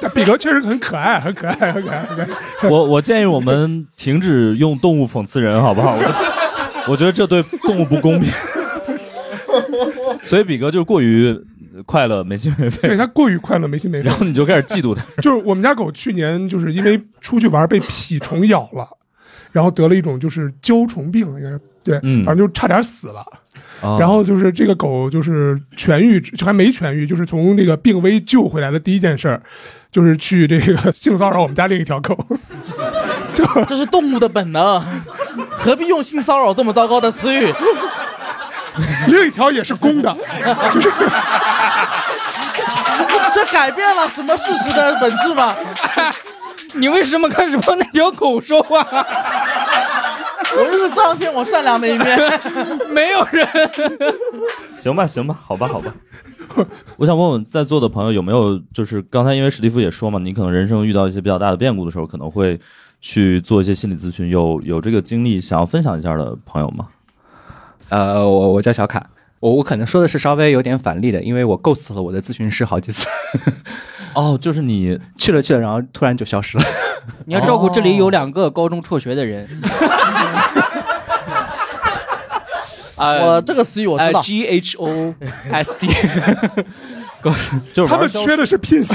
E: 但比格确实很可爱，很可爱，很可爱，很可爱。
B: 我我建议我们停止用动物讽刺人，好不好？我我觉得这对动物不公平。 所以比格就是过于快乐，没心没 肺，
E: 对他过于快乐，没心没肺
B: 然。后你就开始嫉妒他。
E: 就是我们家狗去年就是因为出去玩被蜱虫咬了，然后得了一种就是焦虫病，应该是对，
B: 嗯
E: 反正就差点死了。
B: 哦
E: 然后就是这个狗就是痊愈，还没痊愈，就是从这个病危救回来的第一件事儿，就是去这个性骚扰我们家另一条狗。 就
D: 这是动物的本能，何必用性骚扰这么糟糕的词语？
E: 另一条也是公 的，就是
D: 这改变了什么事实的本质吗？
F: 你为什么开始帮那条狗说话？
D: 我就是彰显我善良的一面。
F: 没有人，
B: 行吧，行吧，好吧，好 吧。我想问问在座的朋友有没有，就是刚才因为史蒂夫也说嘛，你可能人生遇到一些比较大的变故的时候，可能会去做一些心理咨询，有有这个经历想要分享一下的朋友吗？
H: 呃，我我叫小卡，我我可能说的是稍微有点反例的，因为我 ghost 了我的咨询师好几次。
B: 哦，就是你
H: 去了去了，然后突然就消 失了。
F: 你要照顾这里有两个高中辍学的 人，
D: 我这个词语我
F: 呃
D: 知道，
H: G H O S D，
B: 就是
E: 他
B: 玩
E: 们
B: 消
E: 缺的是聘鞋，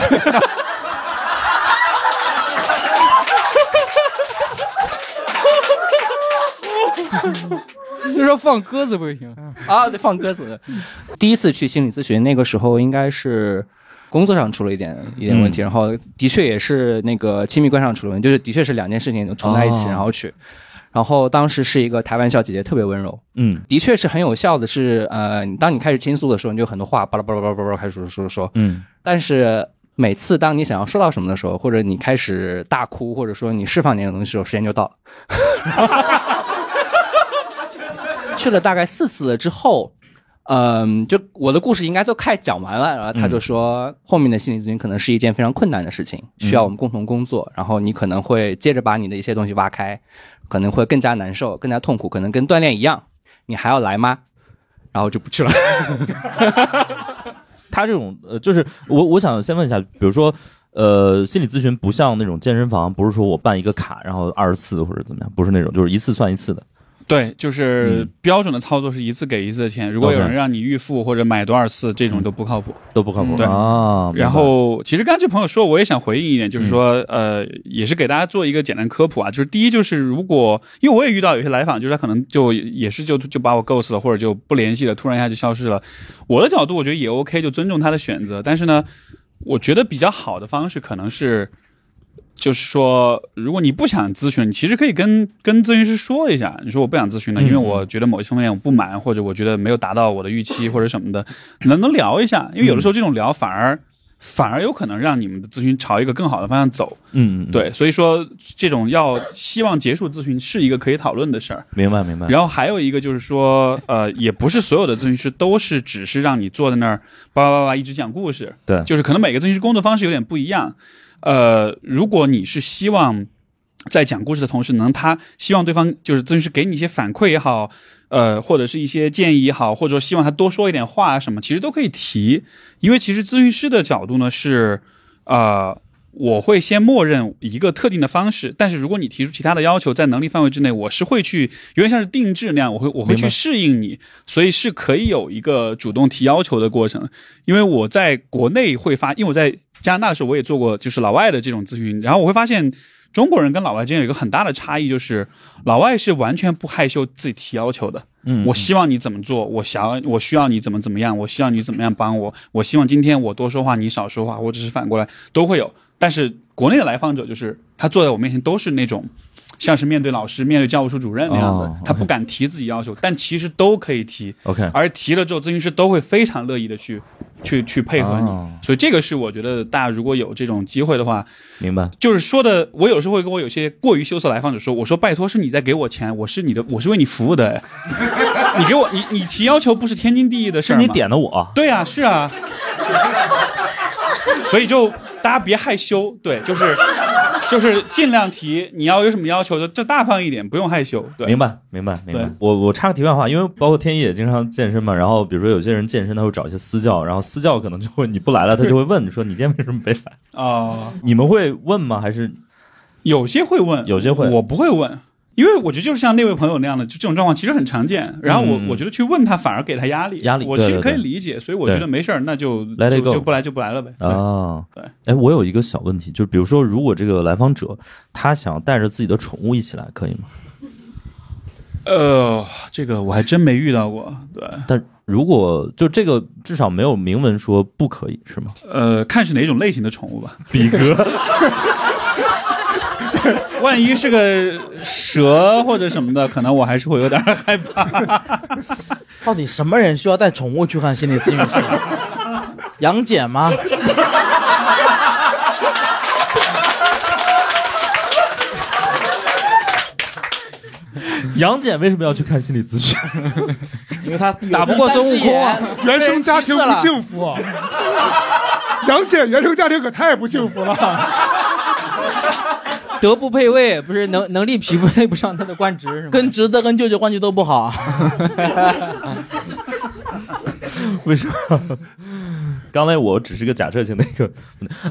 F: 就说放鸽子不行。
H: 啊，对，放鸽子。第一次去心理咨询，那个时候应该是工作上出了一点一点问题，然后的确也是那个亲密关系上出了问题，就是的确是两件事情冲在一起，
B: 哦
H: 然后去。然后当时是一个台湾小姐姐，特别温柔，
B: 嗯
H: 的确是很有效的是，呃，你当你开始倾诉的时候，你就很多话巴拉巴拉巴拉巴拉开始说说说，
B: 嗯
H: 但是每次当你想要说到什么的时候，或者你开始大哭，或者说你释放你的东西的时候，时间就到了。 去了大概四次了之后，嗯，就我的故事应该都快讲完了，然后他就说、后面的心理咨询可能是一件非常困难的事情，需要我们共同工作，然后你可能会接着把你的一些东西挖开，可能会更加难受，更加痛苦，可能跟锻炼一样，你还要来吗？然后就不去了。
B: 他这种呃，就是我我想先问一下，比如说呃，心理咨询不像那种健身房，不是说我办一个卡，然后二十次或者怎么样，不是那种，就是一次算一次的。
C: 对，就是
B: 嗯
C: 标准的操作是一次给一次的钱，如果有人让你预付或者买多少次，这
B: 嗯
C: 种都不靠谱。
B: 都不靠谱、
C: 嗯对
B: 啊。
C: 然后，其实刚才这朋友说，我也想回应一点，就是说，呃，也是给大家做一个简单科普啊。就是第一，就是如果因为我也遇到有些来访，就是他可能就也是就就把我 ghost 了，或者就不联系了，突然一下就消失了。我的角度，我觉得也 OK，就尊重他的选择。但是呢，我觉得比较好的方式可能是。就是说，如果你不想咨询，你其实可以跟跟咨询师说一下，你说我不想咨询了，因为我觉得某一方面我不满，或者我觉得没有达到我的预期或者什么的，能能聊一下，因为有的时候这种聊反而反而有可能让你们的咨询朝一个更好的方向走。
B: 嗯，嗯，嗯
C: 对，所以说这种要希望结束咨询是一个可以讨论的事儿。
B: 明白明白。
C: 然后还有一个就是说，呃，也不是所有的咨询师都是只是让你坐在那儿叭叭叭叭一直讲故事，
B: 对
C: 就是可能每个咨询师工作方式有点不一样。呃，如果你是希望在讲故事的同时，能他希望对方就是咨询师给你一些反馈也好，呃，或者是一些建议也好，或者说希望他多说一点话啊什么，其实都可以提，因为其实咨询师的角度呢是，呃。我会先默认一个特定的方式，但是如果你提出其他的要求，在能力范围之内，我是会去有点像是定制那样，我会我会
B: 明白
C: 去适应你，所以是可以有一个主动提要求的过程。因为我在国内会发，因为我在加拿大的时候我也做过就是老外的这种咨询，然后我会发现中国人跟老外之间有一个很大的差异，就是老外是完全不害羞自己提要求的。
B: 嗯，
C: 我希望你怎么做，我想要我需要你怎么怎么样，我希望你怎么样帮我，我希望今天我多说话，你少说话，或者是反过来都会有。但是国内的来访者就是他坐在我面前都是那种。像是面对老师、面对教务处主任那样的，
B: 哦
C: 他不敢提自己要求，但其实都可以提。
B: OK，
C: 而提了之后，咨询师都会非常乐意的去去去配合你。
B: 哦
C: 所以这个是我觉得大家如果有这种机会的话，
B: 明白。
C: 就是说的，我有时候会跟我有些过于羞涩来访者说，我说拜托是你在给我钱，我是你的，我是为你服务的，哎 你给我你你提要求不是天经地义的事
B: 是
C: 儿吗
B: 你点的我，
C: 对啊，是啊， 所以就大家别害羞，对，就是就是尽量提，你要有什么要求就就大方一点，不用害羞，对，
B: 明白明白明白
C: 对。
B: 我我插个题外话，因为包括天一也经常健身嘛，然后比如说有些人健身他会找一些私教，然后私教可能就会你不来了，他就会问你说你今天为什么没来？
C: 啊、
B: 你们会问吗？还是
C: 有些会问，
B: 有些会？
C: 我不会问，因为我觉得就是像那位朋友那样的，就这种状况其实很常见。然后我、
B: 嗯
C: 我觉得去问他反而给他压力，
B: 压力
C: 我
B: 对
C: 其实
B: 对
C: 可以
B: 对
C: 理解，所以我觉
B: 对
C: 得没事儿，那就
B: Let
C: 就
B: it go
C: 就不来就不来了呗。 对
B: 啊
C: 对，
B: 哎，我有一个小问题，就是比如说，如果这个来访者他想带着自己的宠物一起来，可以吗？
C: 呃，这个我还真没遇到过，对，
B: 但如果就这个至少没有明文说不可以， 是吗？
C: 呃，看是哪种类型的宠物吧。
B: 比格，
C: 万一是个蛇或者什么的，可能我还是会有点儿害怕。
D: 到底什么人需要带宠物去看心理咨询 师？杨戬吗？
B: 杨戬为什么要去看心理咨询？
D: 因为他有
F: 打不过孙悟空啊
D: 三只眼
E: 原生家庭不。
D: 被人歧视了
E: 幸福。啊 杨姐原生家庭可太不幸福了，
F: 德不配位，不是能能力匹配不上他的官职是吗？
D: 跟侄子跟舅舅关系都不好，
E: 嗯
B: 为什么？ 刚才我只是个假设性的一个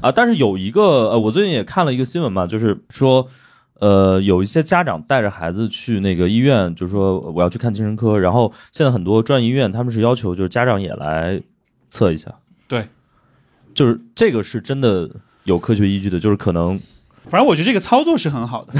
B: 啊，但是有一个呃，我最近也看了一个新闻嘛，就是说。呃，有一些家长带着孩子去那个医院，就是说我要去看精神科，然后现在很多专业医院他们是要求就是家长也来测一下，
C: 对，
B: 就是这个是真的有科学依据的，就是可能
C: 反正我觉得这个操作是很好 的，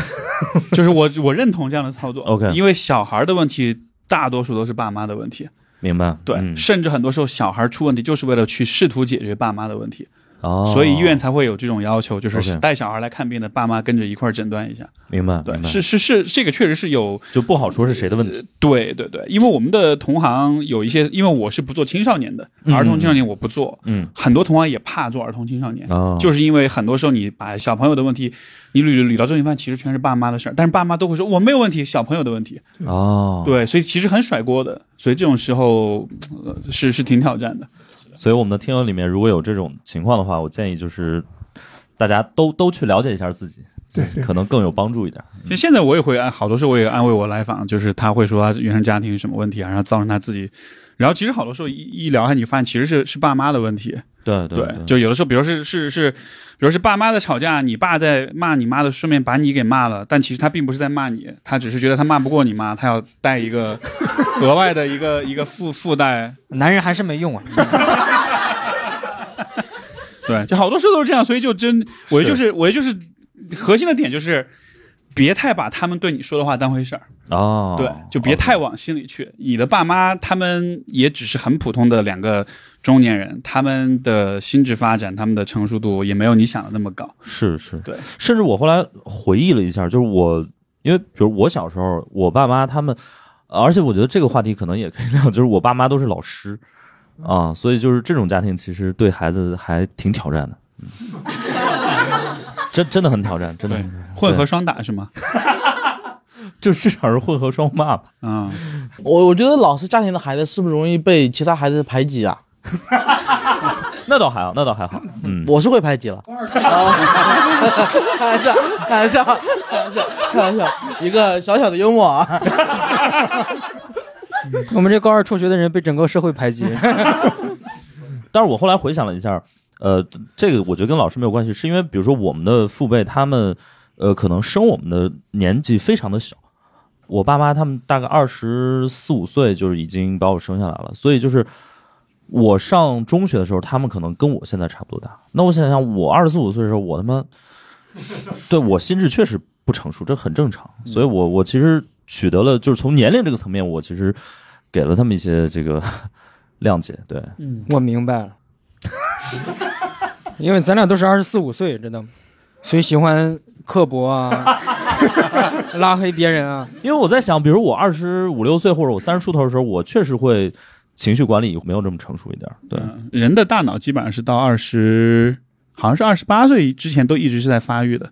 C: 就是我我认同这样的操作。
B: OK
C: 因为小孩的问题大多数都是爸妈的问题，
B: 明白
C: 对，
B: 嗯
C: 甚至很多时候小孩出问题就是为了去试图解决爸妈的问题，
B: 哦，
C: 所以医院才会有这种要求，就是
B: OK
C: 带小孩来看病的爸妈跟着一块儿诊断一下。
B: 明白
C: 对
B: 明，白
C: 是是是，这个确实是有
B: 就不好说是谁的问题，
C: 对对对，因为我们的同行有一些，因为我是不做青少年的，
B: 嗯
C: 儿童青少年我不做，
B: 嗯
C: 很多同行也怕做儿童青少年，
B: 哦
C: 就是因为很多时候你把小朋友的问题，你捋捋到最后，你发现其实全是爸妈的事儿，但是爸妈都会说我没有问题，小朋友的问题，
B: 哦，
C: 对，所以其实很甩锅的，所以这种时候、呃是是挺挑战的。
B: 所以我们的听友里面如果有这种情况的话，我建议就是大家都都去了解一下自己，
E: 对对
B: 可能更有帮助一点。
C: 其实现在我也会安，好多时候我也安慰我来访，就是他会说啊他原生家庭有什么问题啊，然后造成他自己，然后其实好多时候一一聊下，你发现其实是是爸妈的问题，
B: 对
C: 对，就有的时候，比如是是是，比如是爸妈的吵架，你爸在骂你妈的，顺便把你给骂了，但其实他并不是在骂你，他只是觉得他骂不过你妈，他要带一个额外的一个一个附附带，
F: 男人还是没用啊。
C: 对，就好多事都是这样，所以就真，我觉得就是我觉得就是核心的点就是。别太把他们对你说的话当回事儿，
B: 哦，
C: 对，就别太往心里去。你的爸妈他们也只是很普通的两个中年人，他们的心智发展、他们的成熟度也没有你想的那么高。
B: 是是，
C: 对，
B: 甚至我后来回忆了一下，就是我，因为比如我小时候，我爸妈他们，而且我觉得这个话题可能也可以聊，就是我爸妈都是老师
E: 嗯
B: 啊，所以就是这种家庭其实对孩子还挺挑战的， 嗯、真真的很挑战，真的
C: 对
B: 很挑战，
C: 混合双打是吗？
B: 就至少是混合双骂吧。
C: 嗯，
D: 我我觉得老师家庭的孩子是不是容易被其他孩子排挤啊？
B: 那倒还好，那倒还好，嗯，
D: 我是会排挤了。啊 开玩笑，开玩笑，开玩笑，开玩笑，一个小小的幽默 啊。
F: 我们这高二辍学的人被整个社会排挤，
B: 但是我后来回想了一下，呃，这个我觉得跟老师没有关系，是因为比如说我们的父辈他们，呃，可能生我们的年纪非常的小，我爸妈他们大概二十四五岁就是已经把我生下来了，所以就是我上中学的时候，他们可能跟我现在差不多大。那我想想，我二十四五岁的时候，我他妈，对我心智确实不成熟，这很正常。所以我我其实取得了，就是从年龄这个层面，我其实给了他们一些这个 谅解，对。
E: 嗯
F: 我明白了，因为咱俩都是二十四五岁，知道吗？所以喜欢刻 薄啊，拉黑别人啊。
B: 因为我在想，比如我二十五六岁或者我三十出头的时候，我确实会情绪管理没有这么成熟一点儿。对，
C: 嗯人的大脑基本上是到二十，好像是二十八岁之前都一直是在发育的，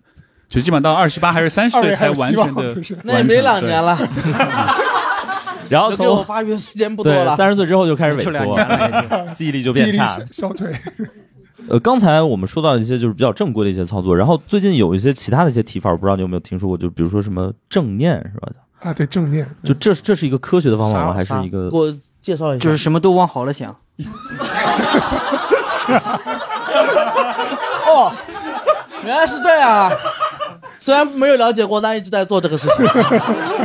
C: 就基本上到二十八还是三十
E: 二位
C: 岁
E: 还
C: 才
E: 有
C: 完
E: 希望
C: 全的。
E: 就是
D: 那也没两年了，
B: 然后
D: 能给我
B: 从
D: 发育的时间不多
B: 对
D: 了。嗯
B: 三十岁之后就开始萎
F: 就两
B: 缩
F: 年
B: 了，
F: 了已 经，
B: 记忆啊力就
E: 记忆
B: 变
E: 力
B: 差了。
E: 消退，
B: 呃，刚才我们说到一些就是比较正规的一些操作，然后最近有一些其他的一些提法，我不知道你有没有听说过，就比如说什么正念是吧？
E: 啊，对正念，
B: 就这这是一个科学的方法吗？还是
D: 啥
B: 一个
D: 给啊我介绍一下，
F: 就是什么都往好了想。
D: 哦，原来是这样啊！虽然没有了解过，但一直在做这个事情。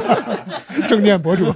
E: 正念博主，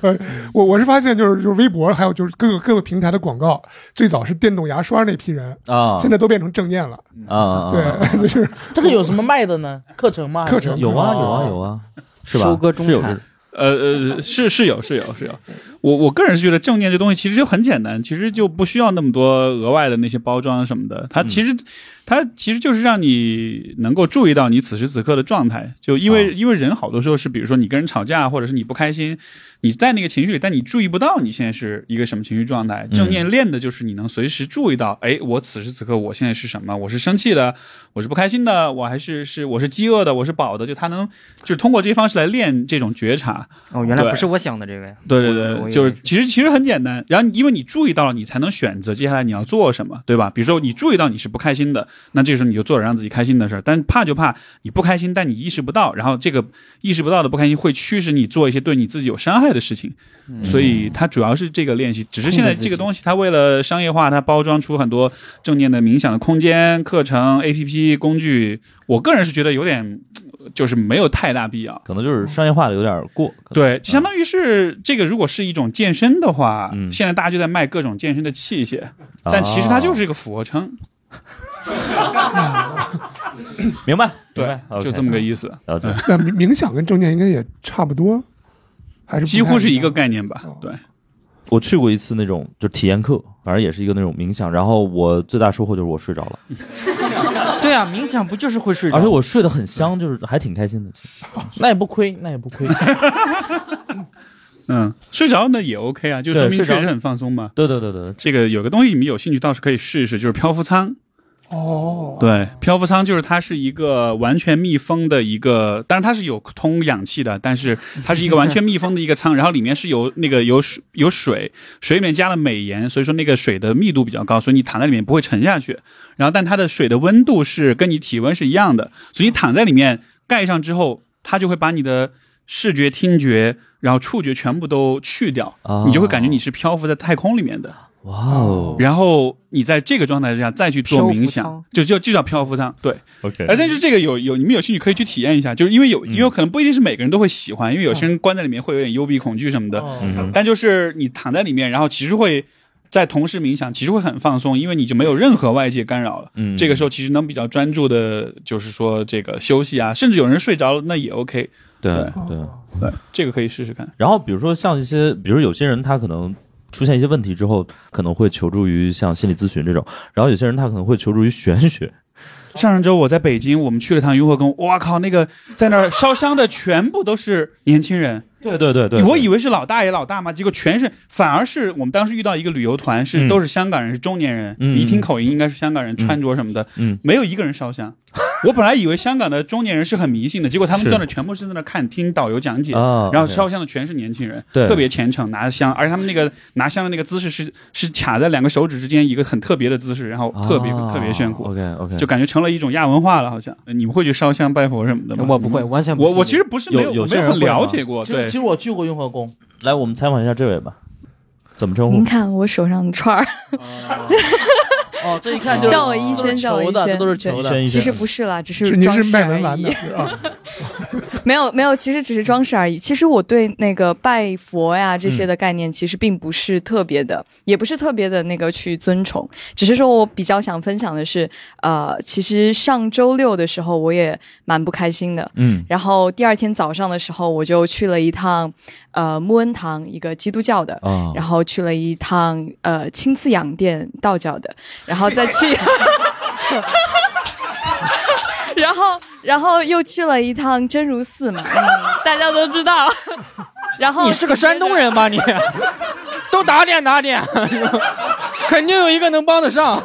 E: 我我是发现就是就是微博，还有就是各个各个平台的广告，最早是电动牙刷那批人，
B: 啊
E: 现在都变成正念了。
B: 啊啊？啊
E: 对， 就是
D: 这个有什么卖的呢？课程吗？
E: 课程
B: 有啊有啊
D: 哦
B: 有啊，是吧？
F: 收割中
B: 是有
F: 产
B: 这
C: 呃呃，是是有是有是有，我我个人是觉得正念这东西其实就很简单，其实就不需要那么多额外的那些包装什么的。
F: 嗯
C: 它其实、它其实就是让你能够注意到你此时此刻的状态，就因
F: 哦
C: 为、
B: 啊
C: 因为人好多时候是，比如说你跟人吵架，或者是你不开心，你在那个情绪里，但你注意不到你现在是一个什么情绪状态。
L: 嗯
C: 正念练的就是你能随时注意到，哎，我此时此刻我现在是什么？我是生气的，我是不开心的，我还是是我是饥饿的，我是饱的。就他能就是通过这些方式来练这种觉察。法。
L: 哦，原来
C: 对
L: 不是我想的这个呀。
C: 对对对，
L: 我以为
C: 就是其实其实很简单，然后你因为你注意到了，你才能选择接下来你要做什么，对吧？比如说你注意到你是不开心的，那这个时候你就做点让自己开心的事儿。但怕就怕你不开心，但你意识不到，然后这个意识不到的不开心会驱使你做一些对你自己有伤害的事情。
E: 嗯
C: 所以它主要是这个练习，只是现在这个东西它为了商业化，它包装出很多正念的冥想的空间、课程、APP 工具，我个人是觉得有点就是没有太大必要。
B: 可能就是商业化的有点过。嗯
C: 对，相当于是这个，如果是一种健身的话，
B: 嗯
C: 现在大家就在卖各种健身的器械，
B: 啊
C: 但其实它就是一个俯卧撑。
B: 明白，
C: 对
B: 明白
C: 就
B: OK
C: 这么个意思。
B: 了解。
E: 那冥冥想跟正念应该也差不多，还是不
C: 几乎
E: 太哦
C: 是一个概念吧？对，
B: 我去过一次那种就体验课，反正也是一个那种冥想，然后我最大收获就是我睡着了，
L: 对啊，冥想不就是会睡着？
B: 而且我睡得很香，就是还挺开心的。其实
D: 那也不亏，那也不亏。
C: 嗯，睡着那也 OK 啊，就说
B: 对
C: 明
B: 睡着
C: 确实很放松嘛。
B: 对对对对，
C: 这个有个东西你们有兴趣倒是可以试一试，就是漂浮舱。
E: 哦，
C: 对，漂浮舱就是它是一个完全密封的一个，当然它是有通氧气的，但是它是一个完全密封的一个舱，然后里面是有那个有水有水，水里面加了镁盐，所以说那个水的密度比较高，所以你躺在里面不会沉下去。然后但它的水的温度是跟你体温是一样的，所以你躺在里面盖上之后，它就会把你的视觉、听觉，然后触觉全部都去掉，
B: 哦
C: 你就会感觉你是漂浮在太空里面的。
B: 哇哦
C: 然后你在这个状态之下再去做
L: 漂浮
C: 冥想
L: 舱，
C: 就就就叫漂浮舱。对，
B: ，OK，
C: 哎，但是这个有有你们有兴趣可以去体验一下，就是因为有，因为可能不一定是每个人都会喜欢，因为有些人关在里面会有点幽闭恐惧什么的。
D: 哦
B: 嗯
C: 但就是你躺在里面，然后其实会在同时冥想，其实会很放松，因为你就没有任何外界干扰了。
B: 嗯
C: 这个时候其实能比较专注的，就是说这个休息啊，甚至有人睡着了那也 OK。
B: 对
C: 对
B: 对。
C: 对，这个可以试试看。
B: 然后比如说像一些，比如有些人他可能出现一些问题之后，可能会求助于像心理咨询这种，然后有些人他可能会求助于玄学。
C: 上上周我在北京，我们去了趟雍和宫，哇靠，那个在那儿烧香的全部都是年轻人。
B: 对对呃对对，
C: 我以为是老大爷老大妈，结果全是，反而是我们当时遇到一个旅游团，是、
B: 嗯
C: 都是香港人，是中年人，
B: 嗯
C: 你一听口音应该是香港人，穿着什么的，
B: 嗯
C: 没有一个人烧香。 我本来以为香港的中年人是很迷信的，结果他们
B: 是
C: 在那全部是在那看听导游讲解，
B: 啊，
C: 然后
B: OK
C: 烧香的全是年轻人，
B: 对
C: 特别虔诚，拿着香，而且他们那个拿香的那个姿势是是卡在两个手指之间一个很特别的姿势，然后特别、
B: 啊
C: 特别炫酷，
B: OK OK，
C: 就感觉成了一种亚文化了，好像呃你们会去烧香拜佛什么的吗？嗯
F: 我不会，完全不
C: 我
F: 信
C: 我其实不是没
B: 有有些
C: 没有
B: 人
C: 很
B: 会吗
C: 了解过，
D: 其实
C: 对
D: 其，实我去过雍和宫，
B: 来我们采访一下这位吧，怎么称
K: 您
B: 呼？
K: 看我手上的串儿，
D: 哦，这一看就是
K: 叫我一轩
D: 都是
K: 叫我
D: 球
K: 一
D: 的，
K: 轩
D: 这都是球
B: 一
D: 的。
B: 轩一
K: 其实
B: 轩，
K: 不是
D: 啊
K: 啦，只
E: 是
K: 是
E: 您
K: 装
E: 是
K: 饰
E: 卖
K: 而
E: 文玩的
K: 已。
E: 是啊，
K: 没有没有，其实只是装饰而已。其实我对那个拜佛呀这些
E: 嗯
K: 的概念，其实并不是特别的，也不是特别的那个去尊崇，只是说我比较想分享的是，呃，其实上周六的时候我也蛮不开心的，
B: 嗯
K: 然后第二天早上的时候我就去了一趟，呃，穆恩堂一个基督教的，
E: 哦
B: 啊，
K: 然后去了一趟呃青次养店道教的，然后再 去， 然后然后又去了一趟真如寺嘛，嗯、大家都知道。 然后
F: 你是个山东人 吧你？都打点打点，肯定有一个能帮得上。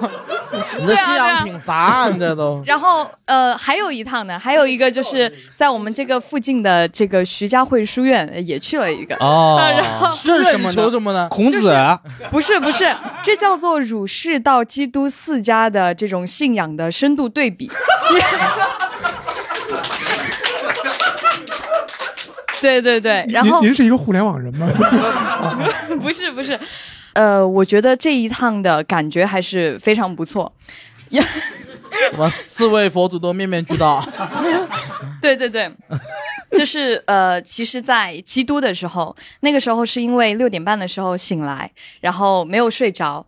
D: 你这信仰挺
F: 啊
D: 杂，你这 都。
K: 然后呃，还有一趟呢，还有一个就是在我们这个附近的这个徐家汇书院呃也去了一个。
F: 啊
B: 哦，
K: 然后
F: 这是什么
D: 求
F: 呢？
D: 什么呢？
F: 孔
K: 就
F: 子
K: 是
C: 啊
K: 不是不是，这叫做儒释道基督四家的这种信仰的深度对比。 对对对，然后
E: 您您是一个互联网人吗？
K: 不是不是，呃，我觉得这一趟的感觉还是非常不错。
D: 我四位佛祖都面面俱到。
K: 对对对，就是呃，其实，在基督的时候，那个时候是因为六点半的时候醒来，然后没有睡着。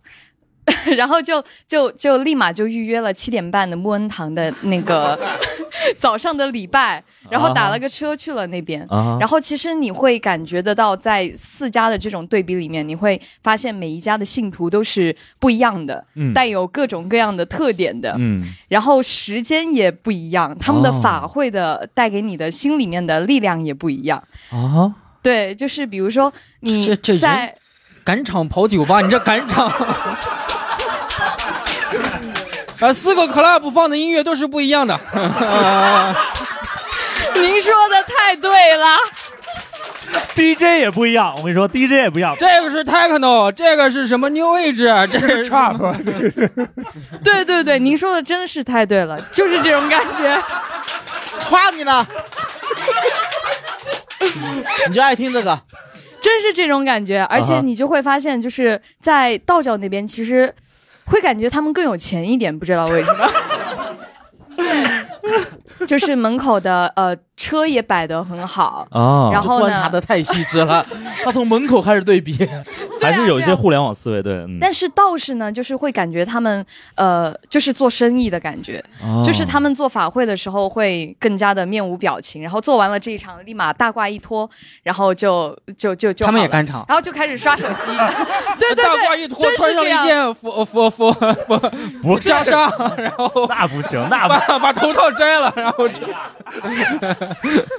K: 然后就就就立马就预约了七点半的穆恩堂的那个 早上的礼拜，然后打了个车去了那边。
B: 啊
K: 然后其实你会感觉得到，在四家的这种对比里面，你会发现每一家的信徒都是不一样的，
B: 嗯
K: 带有各种各样的特点的。
B: 嗯
K: 然后时间也不一样，他们的法会的带给你的心里面的力量也不一样。
B: 啊，
K: 对，就是比如说你
F: 这这人
K: 在
F: 赶场跑酒吧，你这赶 场。呃，四个 club 放的音乐都是不一样 的。
K: 您说的太对了，
M: DJ 也不一样，我跟你说，DJ 也不一样。
F: 这个是 techno，这个是什么 new age 啊？这个是
E: trap，
K: 对对对，您说的真是太对了，就是这种感觉。
D: 夸你呢， 你就爱听这个。啊
K: 真是这种感觉，而且你就会发现，就是在道教那边，其实会感觉他们更有钱一点，不知道为 什么。对就是门口的呃车也摆得很好
B: 哦
K: 然后
D: 观
K: 呢
D: 察，的太细致了，他从门口开始对比，
B: 还是有一些互联网思维，对，嗯，
K: 但是道士呢，就是会感觉他们呃，就是做生意的感觉，
B: 哦
K: 就是他们做法会的时候会更加的面无表情，然后做完了这一场，立马大褂一脱，然后就就就就
F: 他们
K: 好
F: 也
K: 了
F: 干场
K: 然后就开始刷手 机，对对对，
F: 大褂一脱
K: 真，是
F: 穿上
K: 这
F: 了
K: 样
F: 一件佛佛佛佛
B: 不
F: 袈裟，然后
B: 那不行，那
F: 把把头套摘了，然后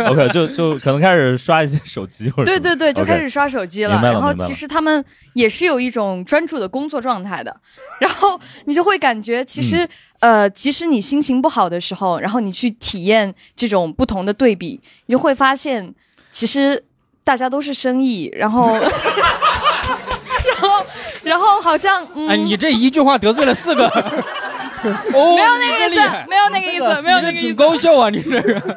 B: OK，就就可能开始刷一些手机或者
K: 对对对，就
B: OK
K: 开始刷手机了。
B: 明白了
K: 然后
B: 明白了
K: 其实他们也是有一种专注的工作状态的，然后你就会感觉其实、呃，即使你心情不好的时候，然后你去体验这种不同的对比，你就会发现其实大家都是生意，然后然后然后好像嗯。
F: 哎，你这一句话得罪了四个。哦，
K: 没有
F: 你
K: 那个
F: 真
K: 意
F: 厉害
K: 思，没有那个意思，没有那个
F: 你
K: 意思
F: 这挺。高效啊！你这个，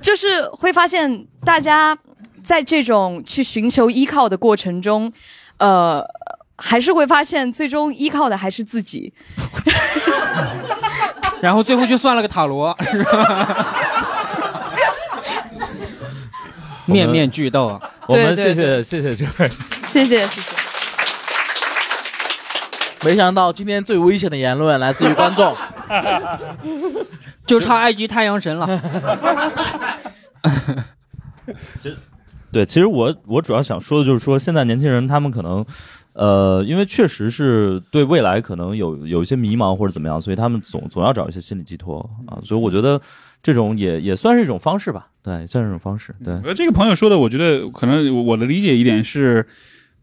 K: 就是会发现大家在这种去寻求依靠的过程中，呃，还是会发现最终依靠的还是自己。
F: 然后最后去算了个 塔罗，是吧面面俱到啊！
B: 我们
F: 对
B: 谢
F: 对
B: 谢谢谢这位，
K: 谢谢，谢谢。
D: 没想到今天最危险的言论来自于观众，
F: 就差埃及太阳神了。
B: 对，其实我我主要想说的就是说，现在年轻人他们可能，呃，因为确实是对未来可能有有一些迷茫或者怎么样，所以他们总总要找一些心理寄托啊，所以我觉得这种也也算是一种方式吧，对，也算是一种方式，对。
F: 嗯
C: 呃，这个朋友说的，我觉得可能我的理解一点是，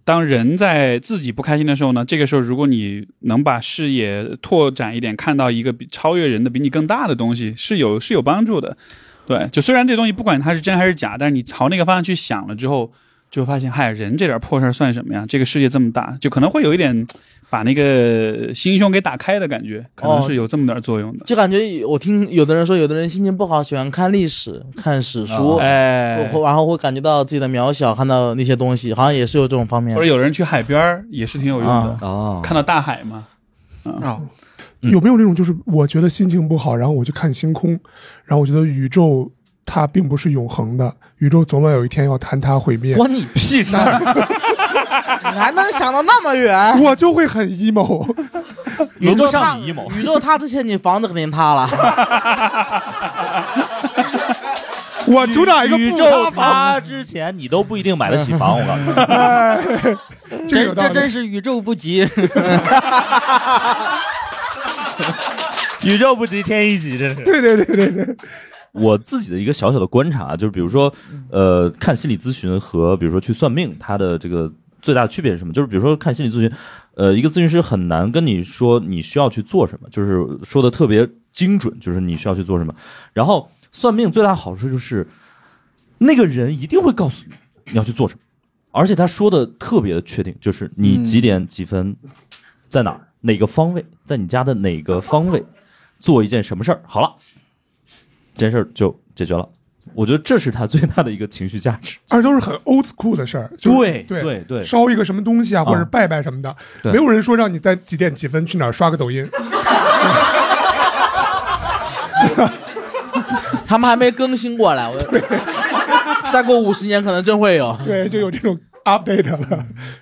C: 当人在自己不开心的时候呢，这个时候如果你能把视野拓展一点，看到一个比超越人的、比你更大的东西，是有是有帮助的。对，就虽然这东西不管它是真还是假，但是你朝那个方向去想了之后，就发现，嗨，人这点破事儿算什么呀？这个世界这么大，就可能会有一点把那个心胸给打开的感觉，可能
D: 哦
C: 是有这么点作用的。
D: 就感觉我听有的人说，有的人心情不好喜欢看历史、看史书，
C: 哦哎
D: 会然后会感觉到自己的渺小，看到那些东西，好像也是有这种方面
C: 或者。有人去海边儿也是挺有用的
D: 啊，
B: 哦
C: 看到大海嘛。
D: 哦
F: 啊，
E: 有没有那种就是我觉得心情不好，然后我去看星空，然后我觉得宇宙它并不是永恒的，宇宙总晚有一天要坍塌毁灭。
D: 关你
B: 屁事
E: 儿！
D: 你还能想到那么远？
E: 我就会很 emo。
D: 宇宙
E: 轮不上
D: 塌，
E: 你 emo
D: 宇宙塌之前，你房子肯定塌了。
E: 我主打一个
B: 宇
E: 不
B: 宙
E: 塌
B: 塌
E: 房
B: 之前，你都不一定买得起房，我告诉 你。
E: 这个
F: 这
E: 有道
F: 这
E: 理
F: 真是 宇宙不及。
B: 宇宙不及天一级，真是。
E: 对对对对对，
B: 我自己的一个小小的观察，就是比如说，呃，看心理咨询和比如说去算命，它的这个最大的区别是什么？就是比如说看心理咨询，呃，一个咨询师很难跟你说你需要去做什么，就是说的特别精准，就是你需要去做什么。然后算命最大的好处就是，那个人一定会告诉你你要去做什么，而且他说的特别的确定，就是你几点几分，在哪儿哪个方位，在你家的哪个方位做一件什么事儿，好了，这件事儿就解决了。我觉得这是他最大的一个情绪价值。
E: 而且都是很 old school 的事儿，就是
B: 对
E: 对
B: 对对
E: 烧一个什么东西啊，
B: 啊
E: 或者拜拜什么的，
B: 对
E: 没有人说让你在几点几分去哪儿刷个抖音。
D: 他们还没更新过来，我 再过五十年可能真会有。
E: 对，就有这种 update
F: 嗯
E: 了。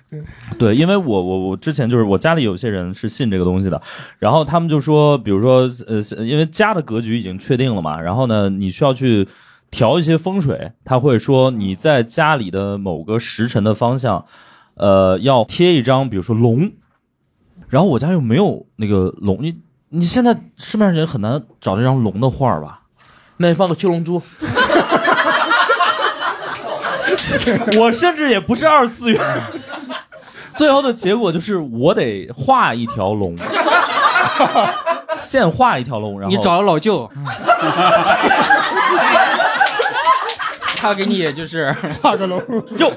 B: 对，因为我我我之前就是我家里有些人是信这个东西的，然后他们就说，比如说呃，因为家的格局已经确定了嘛，然后呢，你需要去调一些风水，他会说你在家里的某个时辰的方向，呃，要贴一张比如说龙，然后我家又没有那个龙，你你现在市面上也很难找这张龙的画儿吧？
D: 那你放个七龙珠，
B: 我甚至也不是二次元。最后的结果就是我得画一条龙，现画一条龙，然后
F: 你找了老舅，他给你就是
E: 画个龙。
F: 哟，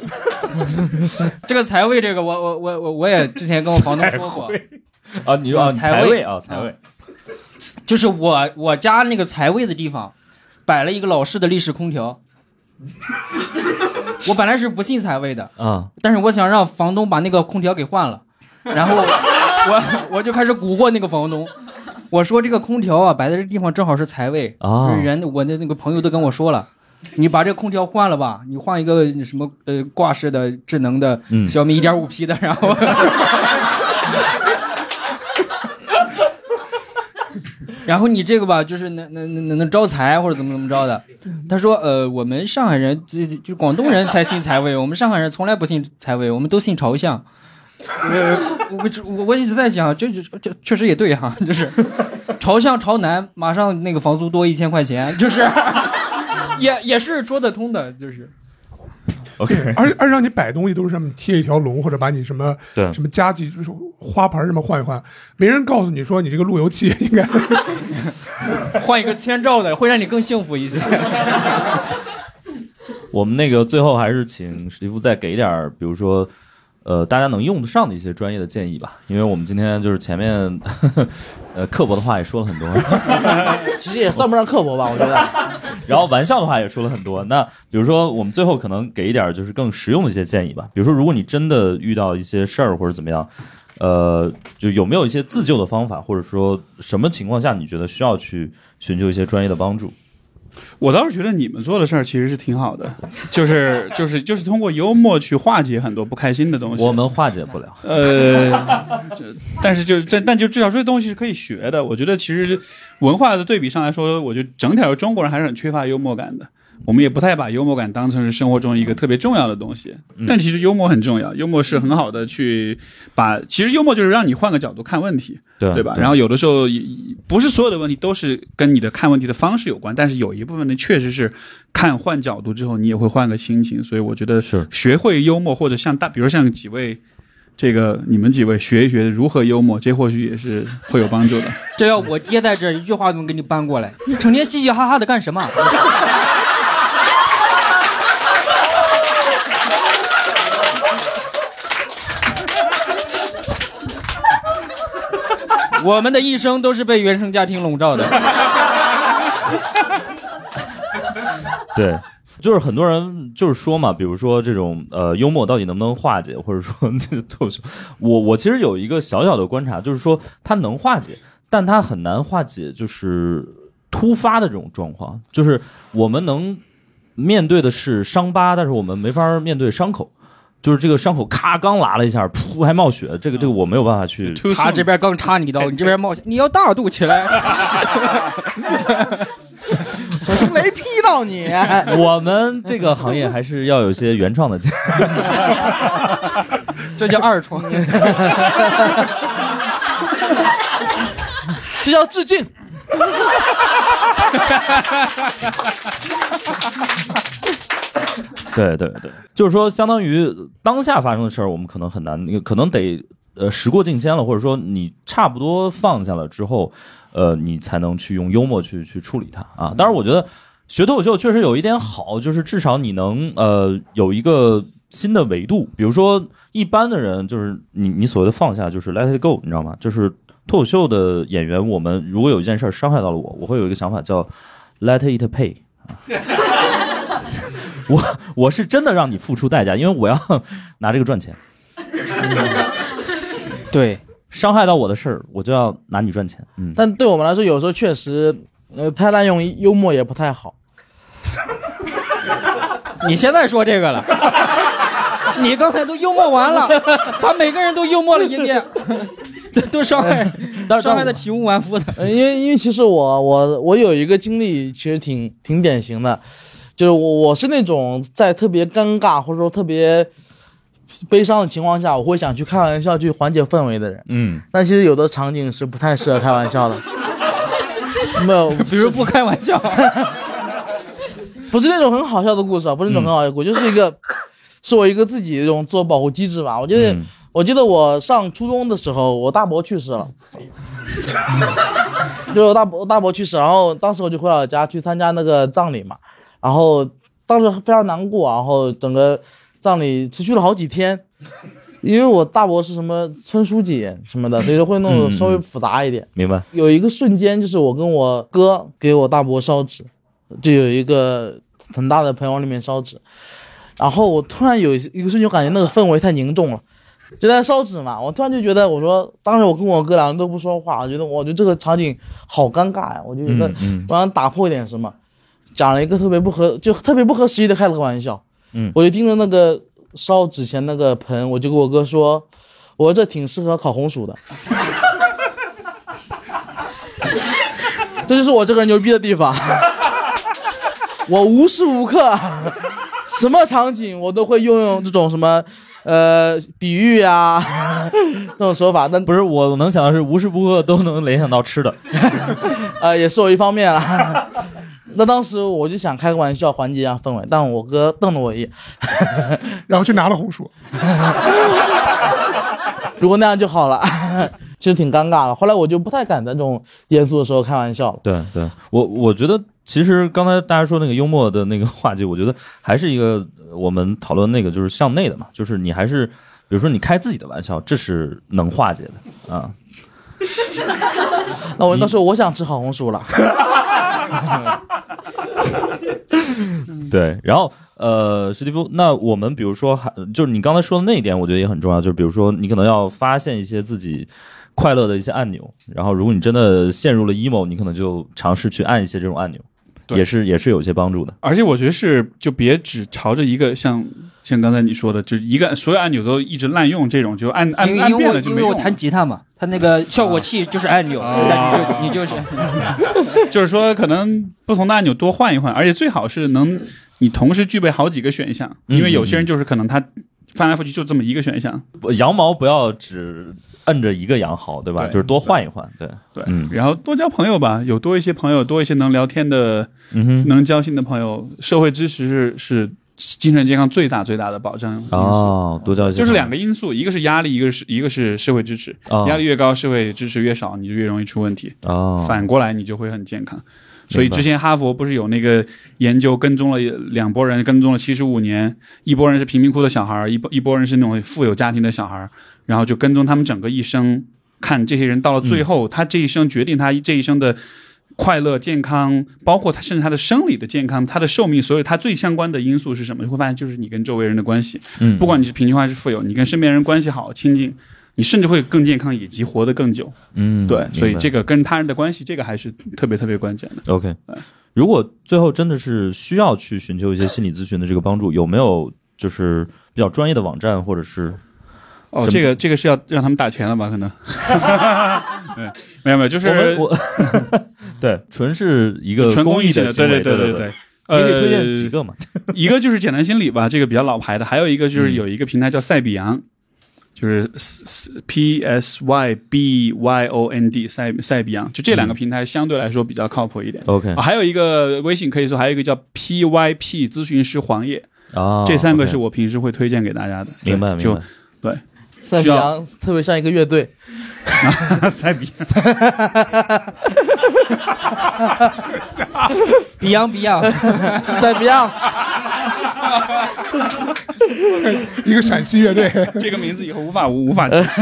F: 这个财位，这个我我我我我也之前跟我房东说过
B: 啊，你说啊财位啊财位，
F: 嗯就是我我家那个财位的地方摆了一个老式的立式空调。我本来是不信财位的，
B: 啊，
F: 但是我想让房东把那个空调给换了，然后我我就开始蛊惑那个房东，我说这个空调啊摆在这地方正好是财位
B: 啊
F: 就是人我的那个朋友都跟我说了。你把这个空调换了吧，你换一个什么呃挂式的智能的
B: 嗯
F: 小米一点五 P 的，然后 然后你这个吧，就是能能能能招财或者怎么怎么着的。他说，呃，我们上海人就就广东人才信财位，我们上海人从来不信财位，我们都信朝向。呃，我我我一直在想，这这这确实也对哈、就是朝向朝南，马上那个房租多一千块钱，就是 也也是说得通的， 就是。
E: OK，而而让你摆东西都是上面贴一条龙，或者把你什么
B: 对
E: 什么家具就是花盆什么换一换，没人告诉你说你这个路由器应该
F: 换一个千兆的，会让你更幸福一些。
B: 我们那个最后还是请史蒂夫再给点儿，比如说，呃，大家能用得上的一些专业的建议吧，因为我们今天就是前面， 呵呵呃，刻薄的话也说了很多，
D: 其实也算不上刻薄吧，我 觉得。
B: 然后玩笑的话也说了很多。那比如说，我们最后可能给一点儿就是更实用的一些建议吧，比如说，如果你真的遇到一些事儿或者怎么样，呃，就有没有一些自救的方法，或者说什么情况下你觉得需要去寻求一些专业的帮助？
C: 我倒是觉得你们做的事儿其实是挺好的，就是就是就是通过幽默去化解很多不开心的东西。我
B: 们化解不了，
C: 呃，这但是就是这，但就至少这些东西是可以学的。我觉得其实文化的对比上来说，我觉得整体来说中国人还是很缺乏幽默感的。我们也不太把幽默感当成是生活中一个特别重要的东西，
B: 嗯
C: 但其实幽默很重要，幽默是很好的去把，其实幽默就是让你换个角度看问题，
B: 对啊
C: 对吧？
B: 对
C: 然后有的时候也也不是所有的问题都是跟你的看问题的方式有关，但是有一部分呢确实是看换角度之后，你也会换个心情，所以我觉得
B: 是
C: 学会幽默或者像大，比如像几位。这个你们几位学一学如何幽默，这或许也是会有帮助的。
F: 这要我爹在这儿，一句话都能给你搬过来。你成天嘻嘻哈哈的干什么？我们的一生都是被原生家庭笼罩的。
B: 对，就是很多人就是说嘛，比如说这种呃幽默到底能不能化解，或者说 这个脱口秀，我我其实有一个小小的观察，就是说它能化解，但它很难化解就是突发的这种状况，就是我们能面对的是伤疤，但是我们没法面对伤口。就是这个伤口咔刚拉了一下，噗还冒血，这个这个我没有办法去。
F: 他这边刚插你一刀，你这边冒险，你要大度起来。
D: 小心雷劈到你！
B: 我们这个行业还是要有一些原创的。
F: 这叫二创。
D: 这叫致敬。
B: 对对对，就是说，相当于当下发生的事儿，我们可能很难，可能得呃时过境迁了，或者说你差不多放下了之后，呃，你才能去用幽默去去处理它啊。当然，我觉得学脱口秀确实有一点好，就是至少你能呃有一个新的维度。比如说，一般的人就是你你所谓的放下，就是 let it go，你知道吗？就是脱口秀的演员，我们如果有一件事儿伤害到了我，我会有一个想法叫 let it pay。我我是真的让你付出代价，因为我要 拿这个赚钱。
F: 对，
B: 伤害到我的事儿，我就要拿你赚钱。嗯，
D: 但对我们来说，有时候确实，呃，太滥用幽默也不太好。
F: 你现在说这个了，你刚才都幽默完了，把每个人都幽默了一遍，都都伤害，伤害的体无完肤的。
D: 呃因为因为其实我我我有一个经历，其实挺挺典型的，就是我我是那种在特别尴尬或者说特别悲伤的情况下，我会想去开玩笑去缓解氛围的人。
B: 嗯，
D: 但其实有的场景是不太适合开玩 笑的，没有，
F: 比如不开玩笑，
D: 不是那种很好笑的故事啊，不是那种很好笑的故事，就是一个，是我一个自己的一种自我保护机制吧。我觉得，我记得我上初中的时候，我大伯去世了，就是我大伯我大伯去世，然后当时我就回老家去参加那个葬礼嘛，然后当时非常难过，啊然后整个葬礼持续了好几天，因为我大伯是什么村书记什么的，所以说会弄
B: 嗯嗯
D: 得稍微复杂一点。
B: 明白。
D: 有一个瞬间，就是我跟我哥给我大伯烧纸，就有一个很大的盆往里面烧纸，然后我突然有一一个瞬间，我感觉那个氛围太凝重了，就在烧纸嘛，我突然就觉得，我说当时我跟我哥两个人都不说话，我觉得我觉得这个场景好尴尬呀，我就觉得
L: 嗯嗯
D: 我想打破一点什么，讲了一个特别不合就特别不合时宜的开了个玩笑，
B: 嗯
D: 我就盯着那个烧纸钱那个盆，我就跟我哥说，我说这挺适合烤红薯的。 这就是我这个人牛逼的地方， 我无时无刻， 什么场景我都会用用这种什么，呃，比喻啊， 这种手法。但
B: 不是我能想到是无时不刻都能联想到吃的，
D: 呃，也是我一方面啦。 那当时我就想开个玩笑缓解一下氛围，但我哥瞪了我一眼，
E: 然后去拿了红薯。
D: 如果那样就好了， 其实挺尴尬的。后来我就不太敢在这种严肃的时候开玩笑了。
B: 对对，我我觉得其实刚才大家说那个幽默的那个话题，我觉得还是一个呃我们讨论那个就是向内的嘛，就是你还是比如说你开自己的玩笑，这是能化解的啊。
D: 那我到时候我想吃烤红薯了。
C: 嗯
B: 对，然后呃，史蒂夫，那我们比如说还就是你刚才说的那一点，我觉得也很重要，就是比如说你可能要发现一些自己快乐的一些按钮，然后如果你真的陷入了 emo，你可能就尝试去按一些这种按钮，
C: 对
B: 也是也是有一些帮助的。
C: 而且我觉得是，就别只朝着一个像像刚才你说的，就是一个所有按钮都一直滥用这种，就按按
F: 因为
C: 按
F: 因为
C: 遍
F: 我
C: 了就
F: 因
C: 没
F: 为我
C: 用
F: 弹
C: 了。
F: 吉他嘛，它那个效果器就是按钮，但你 就你就是
C: 就是说，可能不同的按钮多换一换，而且最好是能你同时具备好几个选项，
B: 嗯
C: 因为有些人就是可能他翻来覆去就这么一个选项。
B: 不羊毛不要只摁着一个羊薅，对吧？
C: 对
B: 就是多换一换，对
C: 对，
B: 嗯
C: 然后多交朋友吧，有多一些朋友，多一些能聊天的、
B: 嗯哼
C: 能交心的朋友，社会支持是是精神健康最大最大的保障因素。
B: 哦，多交一些
C: 嗯就是
B: 朋友
C: 两个因素，一个是压力，一个是一个是社会支持。
B: 哦
C: 压力越高，社会支持越少，你就越容易出问题。
B: 哦，
C: 反过来你就会很健康。所以
B: 明白
C: 之前哈佛不是有那个研究跟踪了两拨人，跟踪了七十五年，一拨人是贫民窟的小孩儿，一拨一拨人是那种富有家庭的小孩儿，然后就跟踪他们整个一生，看这些人到了
B: 嗯
C: 最后，他这一生决定他这一生的快乐、健康，包括他甚至他的生理的健康、他的寿命，所有他最相关的因素是什么？你会发现就是你跟周围人的关系，
B: 嗯
C: 不管你是贫穷还是富有，你跟身边人关系好、亲近，你甚至会更健康以及活得更久。
B: 嗯，
C: 对，所以这
B: 个
C: 个跟他人的关系，这个还是特别特别关键的。
B: OK。如果最后真的是需要去寻求一些心理咨询的这个帮助，有没有就是比较专业的网站或者是？
C: 哦，
B: 什么
C: 这个这个是要让他们打钱了吧？可能，对，没有没有，就是
B: 我们 我对，纯是一个
C: 纯公
B: 益
C: 益性的，
B: 行
C: 对
B: 为
C: 对
B: 对
C: 对
B: 对
C: 对。
B: 你可以推荐几个嘛？
C: 呃？ 一个就是简单心理吧，这个比较老牌的，还有一个
B: 嗯
C: 就是有一个平台叫赛比昂，就是 s- s- P S Y B Y O N D 赛赛比昂，就这两个平台相对来说比较靠谱一点。
B: 嗯 OK
C: 啊还有一个微信可以说还有一个叫 P Y P 咨询师黄页
B: 啊
C: 这三个
B: OK
C: 是我平时会推荐给大家的。对
B: 明白明
C: 就
B: 白。
C: 对，
D: 塞比
C: 需要
D: 昂特别像一个乐 队，
C: 塞比，
F: Beyond Beyond，
D: 塞比昂，
E: 一个陕西乐队，
C: 这个名字以后无法无无法解释。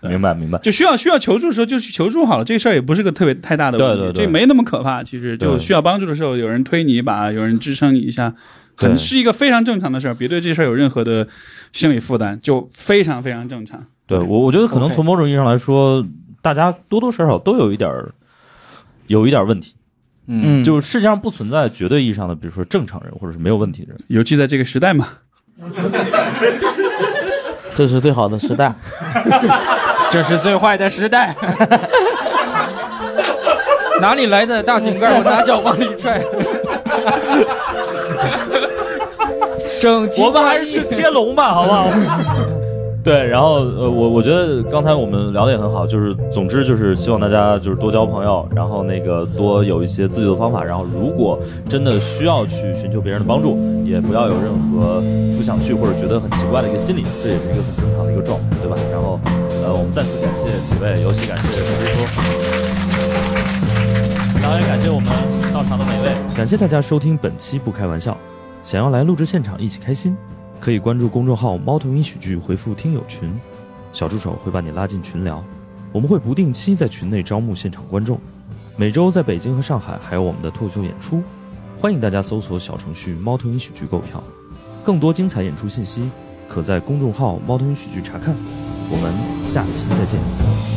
B: 明白明白。
C: 就需要需要求助的时候就去求助好了，这事儿也不是个特别太大的问题，
B: 对对对
C: 这没那么可怕。其实就
B: 对
C: 需要帮助的时候，有人推你一把，有人支撑你一下，
B: 对
C: 很是一个非常正常的事儿，别对这事儿有任何的心理负担，就非常非常正常。
B: 对我，我觉得可能
C: OK
B: 从某种意义上来说，大家多多少少都有一点儿，有一点儿问题。
C: 嗯
B: 就是世界上不存在绝对意义上的，比如说正常人或者是没有问题的人。
C: 尤其在这个时代嘛，
D: 这是最好的时代。
F: 这是最坏的时代。哪里来的大井盖？我拿脚往里踹。 整 齐
B: 我们还
F: 划
B: 是
F: 一
B: 去贴龙吧， 好不好？对，然后呃，我我觉得刚才我们聊的也很好，就是总之就是希望大家就是多交朋友，然后那个多有一些自救的方法，然后如果真的需要去寻求别人的帮助，也不要有任何不想去或者觉得很奇怪的一个心理，这也是一个很正常的一个状态，对吧？然后呃，我们再次感谢几位，尤其感谢陈师傅，然后也感谢我们到场。
N: 尝的美味。
B: 感谢大家收听本期《不开玩笑》，想要来录制现场一起开心，可以关注公众号“猫头鹰喜剧”，回复“听友群”，小助手会把你拉进群聊。我们会不定期在群内招募现场观众，每周在北京和上海还有我们的脱口秀演出，欢迎大家搜索小程序“猫头鹰喜剧”购票。更多精彩演出信息，可在公众号“猫头鹰喜剧”查看。我们下期再见。